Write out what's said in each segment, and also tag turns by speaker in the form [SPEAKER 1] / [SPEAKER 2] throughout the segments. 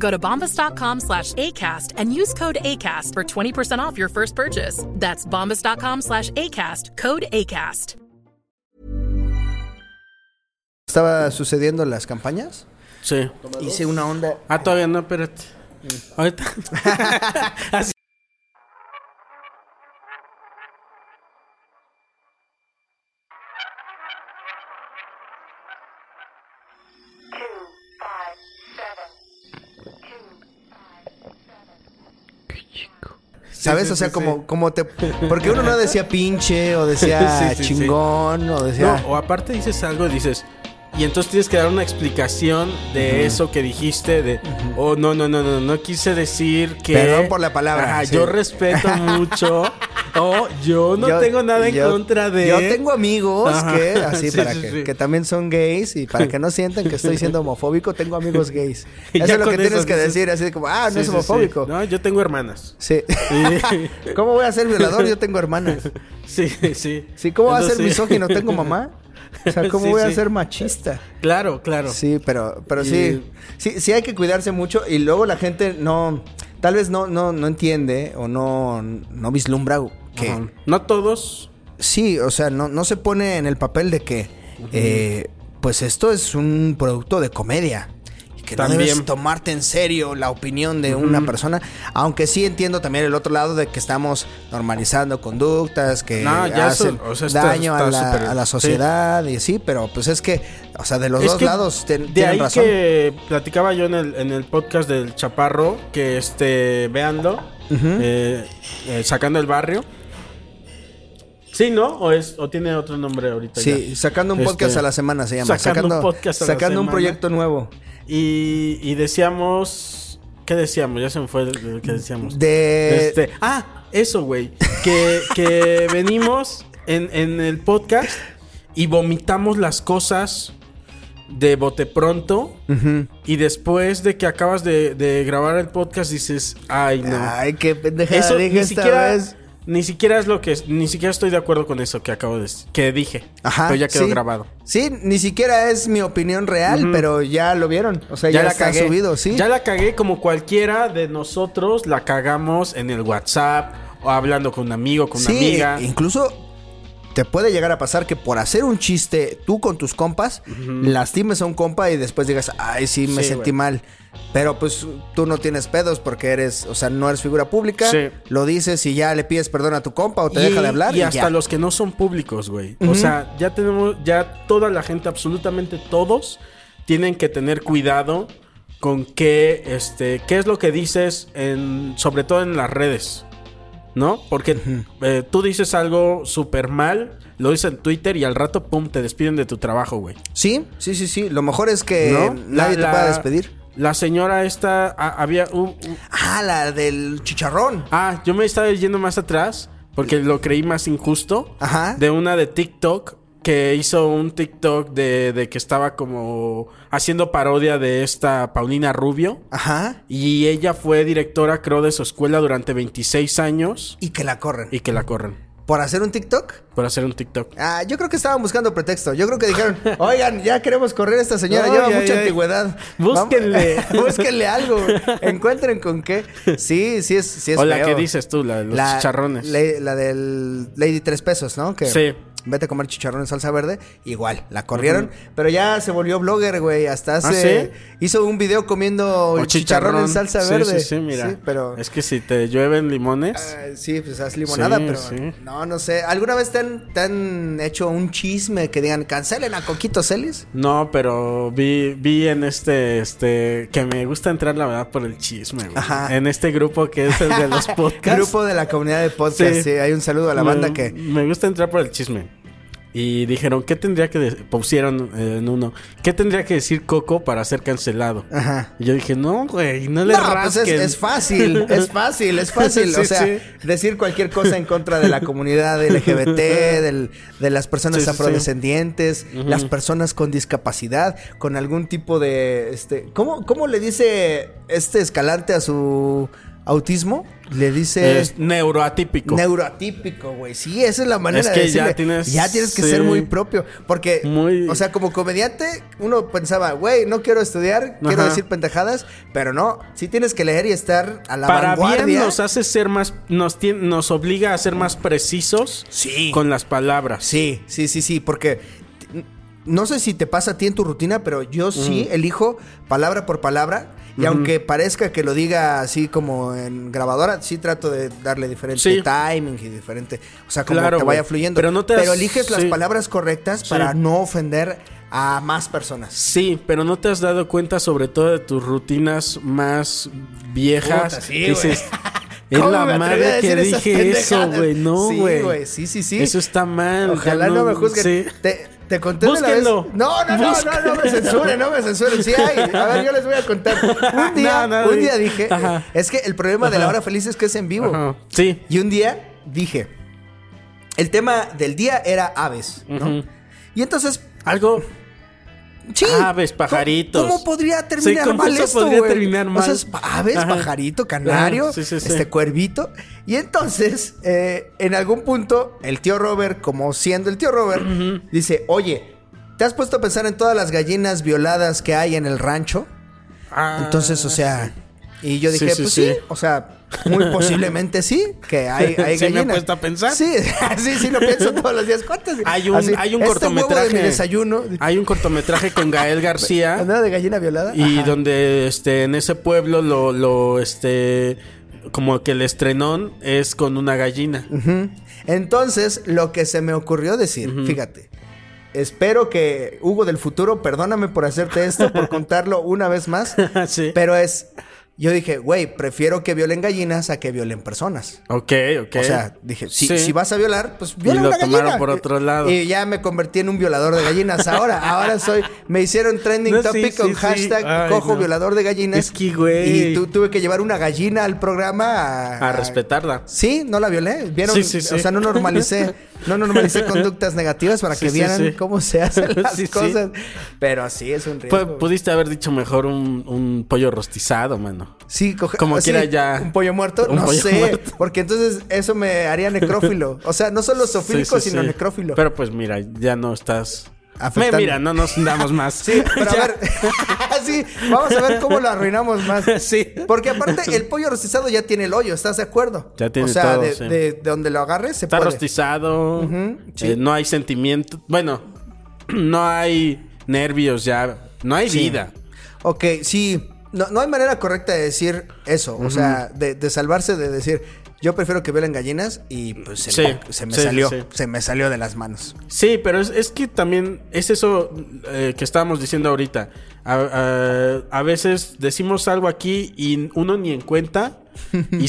[SPEAKER 1] Go to bombas.com slash ACAST and use code ACAST for 20% off your first purchase. That's bombas.com slash ACAST, code ACAST.
[SPEAKER 2] Estaba sucediendo en las campañas.
[SPEAKER 3] Sí.
[SPEAKER 2] Hice una onda. Mm.
[SPEAKER 3] Ah, todavía no, espérate. Ahorita. Así.
[SPEAKER 2] ¿Sabes?
[SPEAKER 3] sí,
[SPEAKER 2] o sea,
[SPEAKER 3] sí,
[SPEAKER 2] como, como te. Porque uno no decía pinche, o decía
[SPEAKER 3] Sí, sí, sí.
[SPEAKER 2] chingón, o
[SPEAKER 3] No,
[SPEAKER 2] decía.
[SPEAKER 3] o aparte dices algo y dices. Y entonces tienes que dar una explicación de eso que dijiste, de, oh, no, no, no, no, no quise decir que...
[SPEAKER 2] Perdón por la palabra,
[SPEAKER 3] Ajá,
[SPEAKER 2] sí.
[SPEAKER 3] Yo respeto mucho, o yo no
[SPEAKER 2] Yo-
[SPEAKER 3] tengo nada en
[SPEAKER 2] yo-
[SPEAKER 3] contra de...
[SPEAKER 2] Yo tengo amigos
[SPEAKER 3] Ajá.
[SPEAKER 2] que, así,
[SPEAKER 3] Sí,
[SPEAKER 2] para
[SPEAKER 3] sí,
[SPEAKER 2] que,
[SPEAKER 3] sí.
[SPEAKER 2] que también son gays y para que no sientan que estoy siendo homofóbico, tengo amigos gays.
[SPEAKER 3] Y
[SPEAKER 2] Eso
[SPEAKER 3] ya
[SPEAKER 2] es lo
[SPEAKER 3] con
[SPEAKER 2] que tienes
[SPEAKER 3] eso
[SPEAKER 2] que
[SPEAKER 3] dices-
[SPEAKER 2] decir, así de como, ah, no
[SPEAKER 3] Sí,
[SPEAKER 2] es
[SPEAKER 3] sí, sí.
[SPEAKER 2] homofóbico.
[SPEAKER 3] No, yo tengo hermanas.
[SPEAKER 2] Sí.
[SPEAKER 3] Sí.
[SPEAKER 2] ¿Cómo voy a ser violador? Yo tengo hermanas.
[SPEAKER 3] Sí, sí.
[SPEAKER 2] Sí, ¿cómo voy a ser
[SPEAKER 3] Entonces-
[SPEAKER 2] misógino? Tengo mamá. O sea, ¿cómo
[SPEAKER 3] Sí,
[SPEAKER 2] voy a
[SPEAKER 3] sí.
[SPEAKER 2] ser machista?
[SPEAKER 3] Claro, claro.
[SPEAKER 2] Sí, pero, pero sí, sí, sí hay que cuidarse mucho y luego la gente no, tal vez no, no, no entiende o no, no vislumbra que
[SPEAKER 3] Ajá. No todos.
[SPEAKER 2] sí, o sea, no, no se pone en el papel de que, eh, pues esto es un producto de comedia. y Que no
[SPEAKER 3] También.
[SPEAKER 2] debes tomarte en serio la opinión de una persona. Aunque sí entiendo también el otro lado de que estamos normalizando conductas que
[SPEAKER 3] No, ya eso-
[SPEAKER 2] hacen
[SPEAKER 3] o sea, está-
[SPEAKER 2] daño a,
[SPEAKER 3] está
[SPEAKER 2] la,
[SPEAKER 3] súper-
[SPEAKER 2] a la
[SPEAKER 3] sí.
[SPEAKER 2] sociedad y sí, pero pues es que, o sea, de los
[SPEAKER 3] Es
[SPEAKER 2] dos
[SPEAKER 3] que
[SPEAKER 2] lados ten-
[SPEAKER 3] de
[SPEAKER 2] tienen
[SPEAKER 3] ahí
[SPEAKER 2] razón.
[SPEAKER 3] que platicaba yo en el, en el podcast del Chaparro, que este, véanlo, eh, eh, sacando el barrio. Sí, ¿no? ¿O, es, o tiene otro nombre ahorita?
[SPEAKER 2] Sí,
[SPEAKER 3] ya?
[SPEAKER 2] sacando un podcast
[SPEAKER 3] Este,
[SPEAKER 2] a la semana se llama.
[SPEAKER 3] sacando un podcast a la
[SPEAKER 2] sacando un
[SPEAKER 3] semana.
[SPEAKER 2] proyecto nuevo.
[SPEAKER 3] Y, y decíamos... ¿Qué decíamos? Ya se me fue lo que decíamos.
[SPEAKER 2] De.
[SPEAKER 3] Este, ah, eso, güey. Que, que venimos en, en el podcast y vomitamos las cosas de bote pronto. Y después de que acabas de, de grabar el podcast, dices, ay, no.
[SPEAKER 2] Ay, qué pendejada
[SPEAKER 3] eso
[SPEAKER 2] dije
[SPEAKER 3] ni
[SPEAKER 2] esta
[SPEAKER 3] siquiera.
[SPEAKER 2] vez.
[SPEAKER 3] Ni siquiera es lo que. Ni siquiera estoy de acuerdo con eso que acabo de. Que dije. Pero ya quedó
[SPEAKER 2] sí.
[SPEAKER 3] grabado.
[SPEAKER 2] Sí, ni siquiera es mi opinión real, pero ya lo vieron. O sea, ya, la está subido, sí.
[SPEAKER 3] Ya la cagué como cualquiera de nosotros la cagamos en el WhatsApp o hablando con un amigo, con una
[SPEAKER 2] sí,
[SPEAKER 3] amiga.
[SPEAKER 2] incluso te puede llegar a pasar que por hacer un chiste tú con tus compas, lastimes a un compa y después digas, ay, sí, me
[SPEAKER 3] Sí,
[SPEAKER 2] sentí
[SPEAKER 3] güey.
[SPEAKER 2] mal. Pero pues tú no tienes pedos porque eres, o sea, no eres figura pública.
[SPEAKER 3] Sí.
[SPEAKER 2] Lo dices y ya le pides perdón a tu compa o te deja de hablar.
[SPEAKER 3] y hasta
[SPEAKER 2] ya.
[SPEAKER 3] los que no son públicos, güey. O sea, ya tenemos, ya toda la gente, absolutamente todos, tienen que tener cuidado con qué, este, qué es lo que dices, en, sobre todo en las redes, ¿no? Porque eh, tú dices algo súper mal, lo dices en Twitter y al rato, pum, te despiden de tu trabajo, güey.
[SPEAKER 2] Sí, sí, sí, sí. Lo mejor es que
[SPEAKER 3] ¿No?
[SPEAKER 2] Eh, nadie te
[SPEAKER 3] La-
[SPEAKER 2] pueda
[SPEAKER 3] la-
[SPEAKER 2] despedir.
[SPEAKER 3] La señora esta, a- había, un- un-
[SPEAKER 2] Ah, la del chicharrón.
[SPEAKER 3] Ah, yo me estaba yendo más atrás porque lo creí más injusto.
[SPEAKER 2] Ajá.
[SPEAKER 3] De una de TikTok que hizo un TikTok de, de que estaba como haciendo parodia de esta Paulina Rubio.
[SPEAKER 2] Ajá.
[SPEAKER 3] Y ella fue directora, creo, de su escuela durante 26 años
[SPEAKER 2] Y que la corren.
[SPEAKER 3] y que la corren
[SPEAKER 2] ¿Por hacer un TikTok?
[SPEAKER 3] por hacer un TikTok.
[SPEAKER 2] Ah, yo creo que estaban buscando pretexto. Yo creo que dijeron, oigan, ya queremos correr a esta señora,
[SPEAKER 3] No,
[SPEAKER 2] lleva
[SPEAKER 3] ya,
[SPEAKER 2] mucha
[SPEAKER 3] ya.
[SPEAKER 2] antigüedad.
[SPEAKER 3] Búsquenle.
[SPEAKER 2] Vamos- búsquenle algo. Encuentren con qué. Sí, sí es, sí es
[SPEAKER 3] o la
[SPEAKER 2] feo.
[SPEAKER 3] que dices tú, la de los chicharrones.
[SPEAKER 2] la- la del Lady Tres Pesos, ¿no? Que
[SPEAKER 3] Sí.
[SPEAKER 2] vete a comer chicharrón en salsa verde, igual, la corrieron, pero ya se volvió blogger, güey, hasta hace... Hizo un video comiendo
[SPEAKER 3] ¿Ah, O
[SPEAKER 2] chicharrón, en salsa
[SPEAKER 3] Sí,
[SPEAKER 2] verde.
[SPEAKER 3] Sí, sí, mira.
[SPEAKER 2] pero...
[SPEAKER 3] Es que si te llueven limones.
[SPEAKER 2] Ah, Sí, pues haz limonada,
[SPEAKER 3] Sí,
[SPEAKER 2] pero
[SPEAKER 3] sí.
[SPEAKER 2] no, no sé. ¿Alguna vez te han, te han hecho un chisme que digan cancelen a Coquito Celis?
[SPEAKER 3] No, pero vi, vi en este, este, que me gusta entrar la verdad por el chisme, güey.
[SPEAKER 2] Ajá.
[SPEAKER 3] En este grupo que es el de los podcasts.
[SPEAKER 2] Grupo de la comunidad de podcast, sí.
[SPEAKER 3] Sí.
[SPEAKER 2] Hay un saludo a la banda
[SPEAKER 3] me,
[SPEAKER 2] que...
[SPEAKER 3] Me gusta entrar por el chisme. Y dijeron, ¿qué tendría que... de- Pusieron eh, en uno, ¿qué tendría que decir Coco para ser cancelado?
[SPEAKER 2] Ajá.
[SPEAKER 3] Y yo dije, no, güey, no le
[SPEAKER 2] No, pues es,
[SPEAKER 3] rasquen".
[SPEAKER 2] es fácil, es fácil, es fácil. o
[SPEAKER 3] Sí,
[SPEAKER 2] sea,
[SPEAKER 3] sí.
[SPEAKER 2] decir cualquier cosa en contra de la comunidad LGBT, del- de las personas
[SPEAKER 3] Sí, sí, sí.
[SPEAKER 2] afrodescendientes, las personas con discapacidad, con algún tipo de... este ¿Cómo, cómo le dice este escalante a su autismo? Le dice...
[SPEAKER 3] Es neuroatípico.
[SPEAKER 2] Neuroatípico, güey. Sí, esa es la manera
[SPEAKER 3] Es
[SPEAKER 2] de
[SPEAKER 3] que
[SPEAKER 2] decirle.
[SPEAKER 3] ya tienes-
[SPEAKER 2] Ya tienes que
[SPEAKER 3] sí.
[SPEAKER 2] ser muy propio. Porque,
[SPEAKER 3] Muy-
[SPEAKER 2] o sea, como comediante, uno pensaba, güey, no quiero estudiar, quiero
[SPEAKER 3] Ajá.
[SPEAKER 2] decir pendejadas, pero no. Sí tienes que leer y estar a la
[SPEAKER 3] para
[SPEAKER 2] vanguardia.
[SPEAKER 3] bien nos hace ser más... Nos, tien- nos obliga a ser más precisos
[SPEAKER 2] Sí.
[SPEAKER 3] con las palabras.
[SPEAKER 2] Sí, sí, sí, sí, porque t- no sé si te pasa a ti en tu rutina, pero yo sí elijo palabra por palabra. Y aunque parezca que lo diga así como en grabadora, sí trato de darle diferente
[SPEAKER 3] Sí.
[SPEAKER 2] timing y diferente. O sea, como
[SPEAKER 3] Claro,
[SPEAKER 2] te vaya
[SPEAKER 3] güey.
[SPEAKER 2] fluyendo. Pero,
[SPEAKER 3] Pero no te has-
[SPEAKER 2] eliges las
[SPEAKER 3] sí.
[SPEAKER 2] palabras correctas para no ofender a más personas.
[SPEAKER 3] Sí, pero no te has dado cuenta sobre todo de tus rutinas más viejas.
[SPEAKER 2] Puta, sí,
[SPEAKER 3] Que
[SPEAKER 2] güey.
[SPEAKER 3] dices, es
[SPEAKER 2] ¿Cómo
[SPEAKER 3] la
[SPEAKER 2] me atreví a
[SPEAKER 3] madre que
[SPEAKER 2] decir esas
[SPEAKER 3] dije eso,
[SPEAKER 2] pendejadas?"
[SPEAKER 3] güey. No,
[SPEAKER 2] Sí,
[SPEAKER 3] güey.
[SPEAKER 2] güey, sí, sí, sí.
[SPEAKER 3] Eso está mal.
[SPEAKER 2] Ojalá
[SPEAKER 3] ya
[SPEAKER 2] no, me juzguen.
[SPEAKER 3] sí.
[SPEAKER 2] Te, te conté de la vez. No,
[SPEAKER 3] Búsquenlo.
[SPEAKER 2] no, no, no, no,
[SPEAKER 3] Búsquenlo.
[SPEAKER 2] me censuren, no me censuren. Sí hay. A ver, yo les voy a contar. Un día,
[SPEAKER 3] No, no,
[SPEAKER 2] un
[SPEAKER 3] di-
[SPEAKER 2] día dije,
[SPEAKER 3] Ajá.
[SPEAKER 2] es que el problema de la hora feliz es que es en vivo.
[SPEAKER 3] Ajá, Sí.
[SPEAKER 2] Y un día dije, el tema del día era aves, ¿no? Y entonces,
[SPEAKER 3] Algo.
[SPEAKER 2] sí.
[SPEAKER 3] Aves, pajaritos.
[SPEAKER 2] ¿Cómo, cómo podría terminar
[SPEAKER 3] Sí, ¿cómo
[SPEAKER 2] mal
[SPEAKER 3] eso
[SPEAKER 2] esto,
[SPEAKER 3] podría
[SPEAKER 2] güey?
[SPEAKER 3] terminar
[SPEAKER 2] O sea,
[SPEAKER 3] mal?
[SPEAKER 2] es pa- aves,
[SPEAKER 3] Ajá.
[SPEAKER 2] pajarito, canario,
[SPEAKER 3] Ajá, sí, sí, sí.
[SPEAKER 2] este cuervito. Y entonces, eh, en algún punto, el tío Robert, como siendo el tío Robert, dice, oye, ¿te has puesto a pensar en todas las gallinas violadas que hay en el rancho?
[SPEAKER 3] Ah,
[SPEAKER 2] Entonces, o sea... Y yo
[SPEAKER 3] Sí,
[SPEAKER 2] dije,
[SPEAKER 3] sí,
[SPEAKER 2] pues sí.
[SPEAKER 3] sí.
[SPEAKER 2] o sea, muy posiblemente sí, que hay, hay
[SPEAKER 3] Sí me he
[SPEAKER 2] gallinas.
[SPEAKER 3] puesto a pensar.
[SPEAKER 2] Sí, sí, sí, lo pienso todos los días. ¿Cuántas?
[SPEAKER 3] Hay un,
[SPEAKER 2] Así,
[SPEAKER 3] hay un
[SPEAKER 2] este huevo
[SPEAKER 3] cortometraje.
[SPEAKER 2] de mi desayuno.
[SPEAKER 3] Hay un cortometraje con Gael García.
[SPEAKER 2] ¿Andaba de gallina violada?
[SPEAKER 3] Y donde este en ese pueblo lo, lo este como que el estrenón es con una gallina.
[SPEAKER 2] Entonces, lo que se me ocurrió decir, fíjate, espero que Hugo del futuro, perdóname por hacerte esto, por contarlo una vez más,
[SPEAKER 3] Sí.
[SPEAKER 2] pero es, yo dije, güey, prefiero que violen gallinas a que violen personas.
[SPEAKER 3] Ok, ok.
[SPEAKER 2] O sea, dije, si,
[SPEAKER 3] Sí.
[SPEAKER 2] si vas a violar, pues viola
[SPEAKER 3] Y lo
[SPEAKER 2] una
[SPEAKER 3] tomaron
[SPEAKER 2] gallina.
[SPEAKER 3] por otro lado.
[SPEAKER 2] Y ya me convertí en un violador de gallinas. Ahora, ahora soy, me hicieron trending
[SPEAKER 3] No, sí,
[SPEAKER 2] topic con
[SPEAKER 3] sí, sí.
[SPEAKER 2] hashtag
[SPEAKER 3] Ay,
[SPEAKER 2] cojo
[SPEAKER 3] no.
[SPEAKER 2] violador de gallinas.
[SPEAKER 3] Es que, güey.
[SPEAKER 2] Y tu- tuve que llevar una gallina al programa
[SPEAKER 3] a respetarla.
[SPEAKER 2] Sí, no la violé. Vieron,
[SPEAKER 3] Sí, sí, sí.
[SPEAKER 2] o sea, no normalicé, no normalicé conductas negativas para
[SPEAKER 3] Sí,
[SPEAKER 2] que
[SPEAKER 3] sí,
[SPEAKER 2] vieran
[SPEAKER 3] sí.
[SPEAKER 2] cómo se hacen las
[SPEAKER 3] Sí, Pues, sí.
[SPEAKER 2] cosas. Pero sí es un
[SPEAKER 3] Pu-
[SPEAKER 2] riesgo.
[SPEAKER 3] pudiste haber dicho mejor un, un pollo rostizado, mano.
[SPEAKER 2] Sí, coge-
[SPEAKER 3] como
[SPEAKER 2] sí,
[SPEAKER 3] quiera ya-
[SPEAKER 2] Un pollo muerto,
[SPEAKER 3] un
[SPEAKER 2] no
[SPEAKER 3] pollo
[SPEAKER 2] sé.
[SPEAKER 3] muerto.
[SPEAKER 2] Porque entonces eso me haría necrófilo. O sea, no solo zoofílico,
[SPEAKER 3] Sí, sí,
[SPEAKER 2] sino
[SPEAKER 3] sí.
[SPEAKER 2] necrófilo.
[SPEAKER 3] Pero pues mira, ya no estás.
[SPEAKER 2] Afectando.
[SPEAKER 3] Me- mira, no nos damos más.
[SPEAKER 2] Sí, pero a
[SPEAKER 3] Ya.
[SPEAKER 2] ver, sí, vamos a ver cómo lo arruinamos más.
[SPEAKER 3] Sí.
[SPEAKER 2] Porque aparte, el pollo rostizado ya tiene el hoyo, ¿estás de acuerdo?
[SPEAKER 3] Ya tiene
[SPEAKER 2] O sea,
[SPEAKER 3] todo,
[SPEAKER 2] de,
[SPEAKER 3] sí.
[SPEAKER 2] de- de donde lo agarres se
[SPEAKER 3] Está
[SPEAKER 2] puede.
[SPEAKER 3] rostizado. eh, no hay sentimiento. Bueno, no hay nervios ya. No hay vida.
[SPEAKER 2] Ok, sí. No, no hay manera correcta de decir eso. O sea, de, de salvarse de decir, yo prefiero que violen gallinas y pues se,
[SPEAKER 3] Sí,
[SPEAKER 2] me- se me
[SPEAKER 3] sí,
[SPEAKER 2] salió.
[SPEAKER 3] sí.
[SPEAKER 2] Se me salió de las manos.
[SPEAKER 3] Sí, pero es, es que también es eso eh, que estábamos diciendo ahorita. A, a- a veces decimos algo aquí y uno ni en cuenta y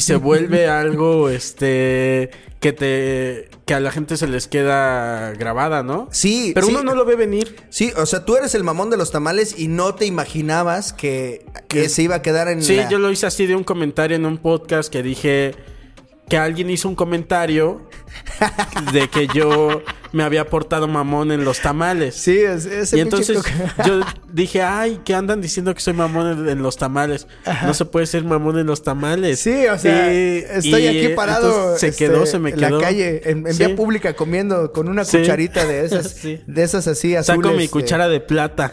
[SPEAKER 3] se vuelve algo este que te que a la gente se les queda grabada, ¿no?
[SPEAKER 2] Sí,
[SPEAKER 3] pero
[SPEAKER 2] sí.
[SPEAKER 3] uno no lo ve venir.
[SPEAKER 2] Sí, o sea, tú eres el mamón de los tamales y no te imaginabas que, que se iba a quedar en
[SPEAKER 3] Sí,
[SPEAKER 2] la-
[SPEAKER 3] yo lo hice así de un comentario en un podcast que dije que alguien hizo un comentario de que yo me había portado mamón en los tamales.
[SPEAKER 2] Sí, es, ese
[SPEAKER 3] Y
[SPEAKER 2] pinche
[SPEAKER 3] entonces
[SPEAKER 2] coca-
[SPEAKER 3] yo dije, ay, que andan diciendo que soy mamón en, en los tamales. No se puede ser mamón en los tamales.
[SPEAKER 2] Sí, o sea,
[SPEAKER 3] Y-
[SPEAKER 2] estoy
[SPEAKER 3] y,
[SPEAKER 2] aquí
[SPEAKER 3] eh,
[SPEAKER 2] parado.
[SPEAKER 3] entonces Se
[SPEAKER 2] este,
[SPEAKER 3] quedó, se me quedó.
[SPEAKER 2] En la calle, en, en
[SPEAKER 3] Sí.
[SPEAKER 2] vía pública, comiendo con una
[SPEAKER 3] Sí.
[SPEAKER 2] cucharita de esas.
[SPEAKER 3] Sí.
[SPEAKER 2] De esas así azules.
[SPEAKER 3] Saco mi
[SPEAKER 2] este,
[SPEAKER 3] cuchara de plata.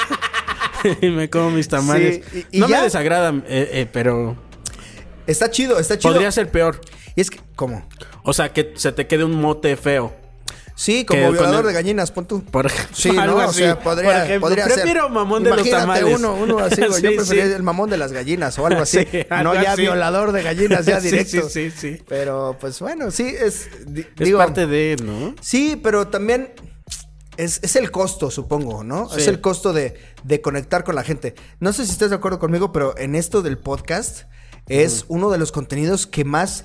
[SPEAKER 3] y me como mis tamales.
[SPEAKER 2] Sí, y- y
[SPEAKER 3] no
[SPEAKER 2] ya.
[SPEAKER 3] me desagradan, eh, eh, pero
[SPEAKER 2] este, Está chido, está chido.
[SPEAKER 3] podría ser peor.
[SPEAKER 2] Y es que, ¿cómo?
[SPEAKER 3] O sea, que se te quede un mote feo.
[SPEAKER 2] Sí, como
[SPEAKER 3] Que con
[SPEAKER 2] violador
[SPEAKER 3] el-
[SPEAKER 2] de gallinas, pon tú.
[SPEAKER 3] Por-
[SPEAKER 2] sí, ¿no?
[SPEAKER 3] algo
[SPEAKER 2] O
[SPEAKER 3] así,
[SPEAKER 2] sea, podría,
[SPEAKER 3] por ejemplo.
[SPEAKER 2] podría ser.
[SPEAKER 3] Prefiero mamón de los
[SPEAKER 2] Imagínate
[SPEAKER 3] tamales.
[SPEAKER 2] uno, uno así, güey. Yo
[SPEAKER 3] Sí,
[SPEAKER 2] preferiría
[SPEAKER 3] sí.
[SPEAKER 2] el mamón de las gallinas o algo así.
[SPEAKER 3] Sí,
[SPEAKER 2] no
[SPEAKER 3] algo
[SPEAKER 2] ya
[SPEAKER 3] así.
[SPEAKER 2] violador de gallinas, ya
[SPEAKER 3] Sí,
[SPEAKER 2] directo.
[SPEAKER 3] sí, sí, sí.
[SPEAKER 2] Pero, pues bueno, sí, es... di-
[SPEAKER 3] Es
[SPEAKER 2] digo,
[SPEAKER 3] parte de, ¿no?
[SPEAKER 2] Sí, pero también es, es el costo, supongo, ¿no?
[SPEAKER 3] Sí.
[SPEAKER 2] Es el costo de, de conectar con la gente. No sé si estás de acuerdo conmigo, pero en esto del podcast es uno de los contenidos que más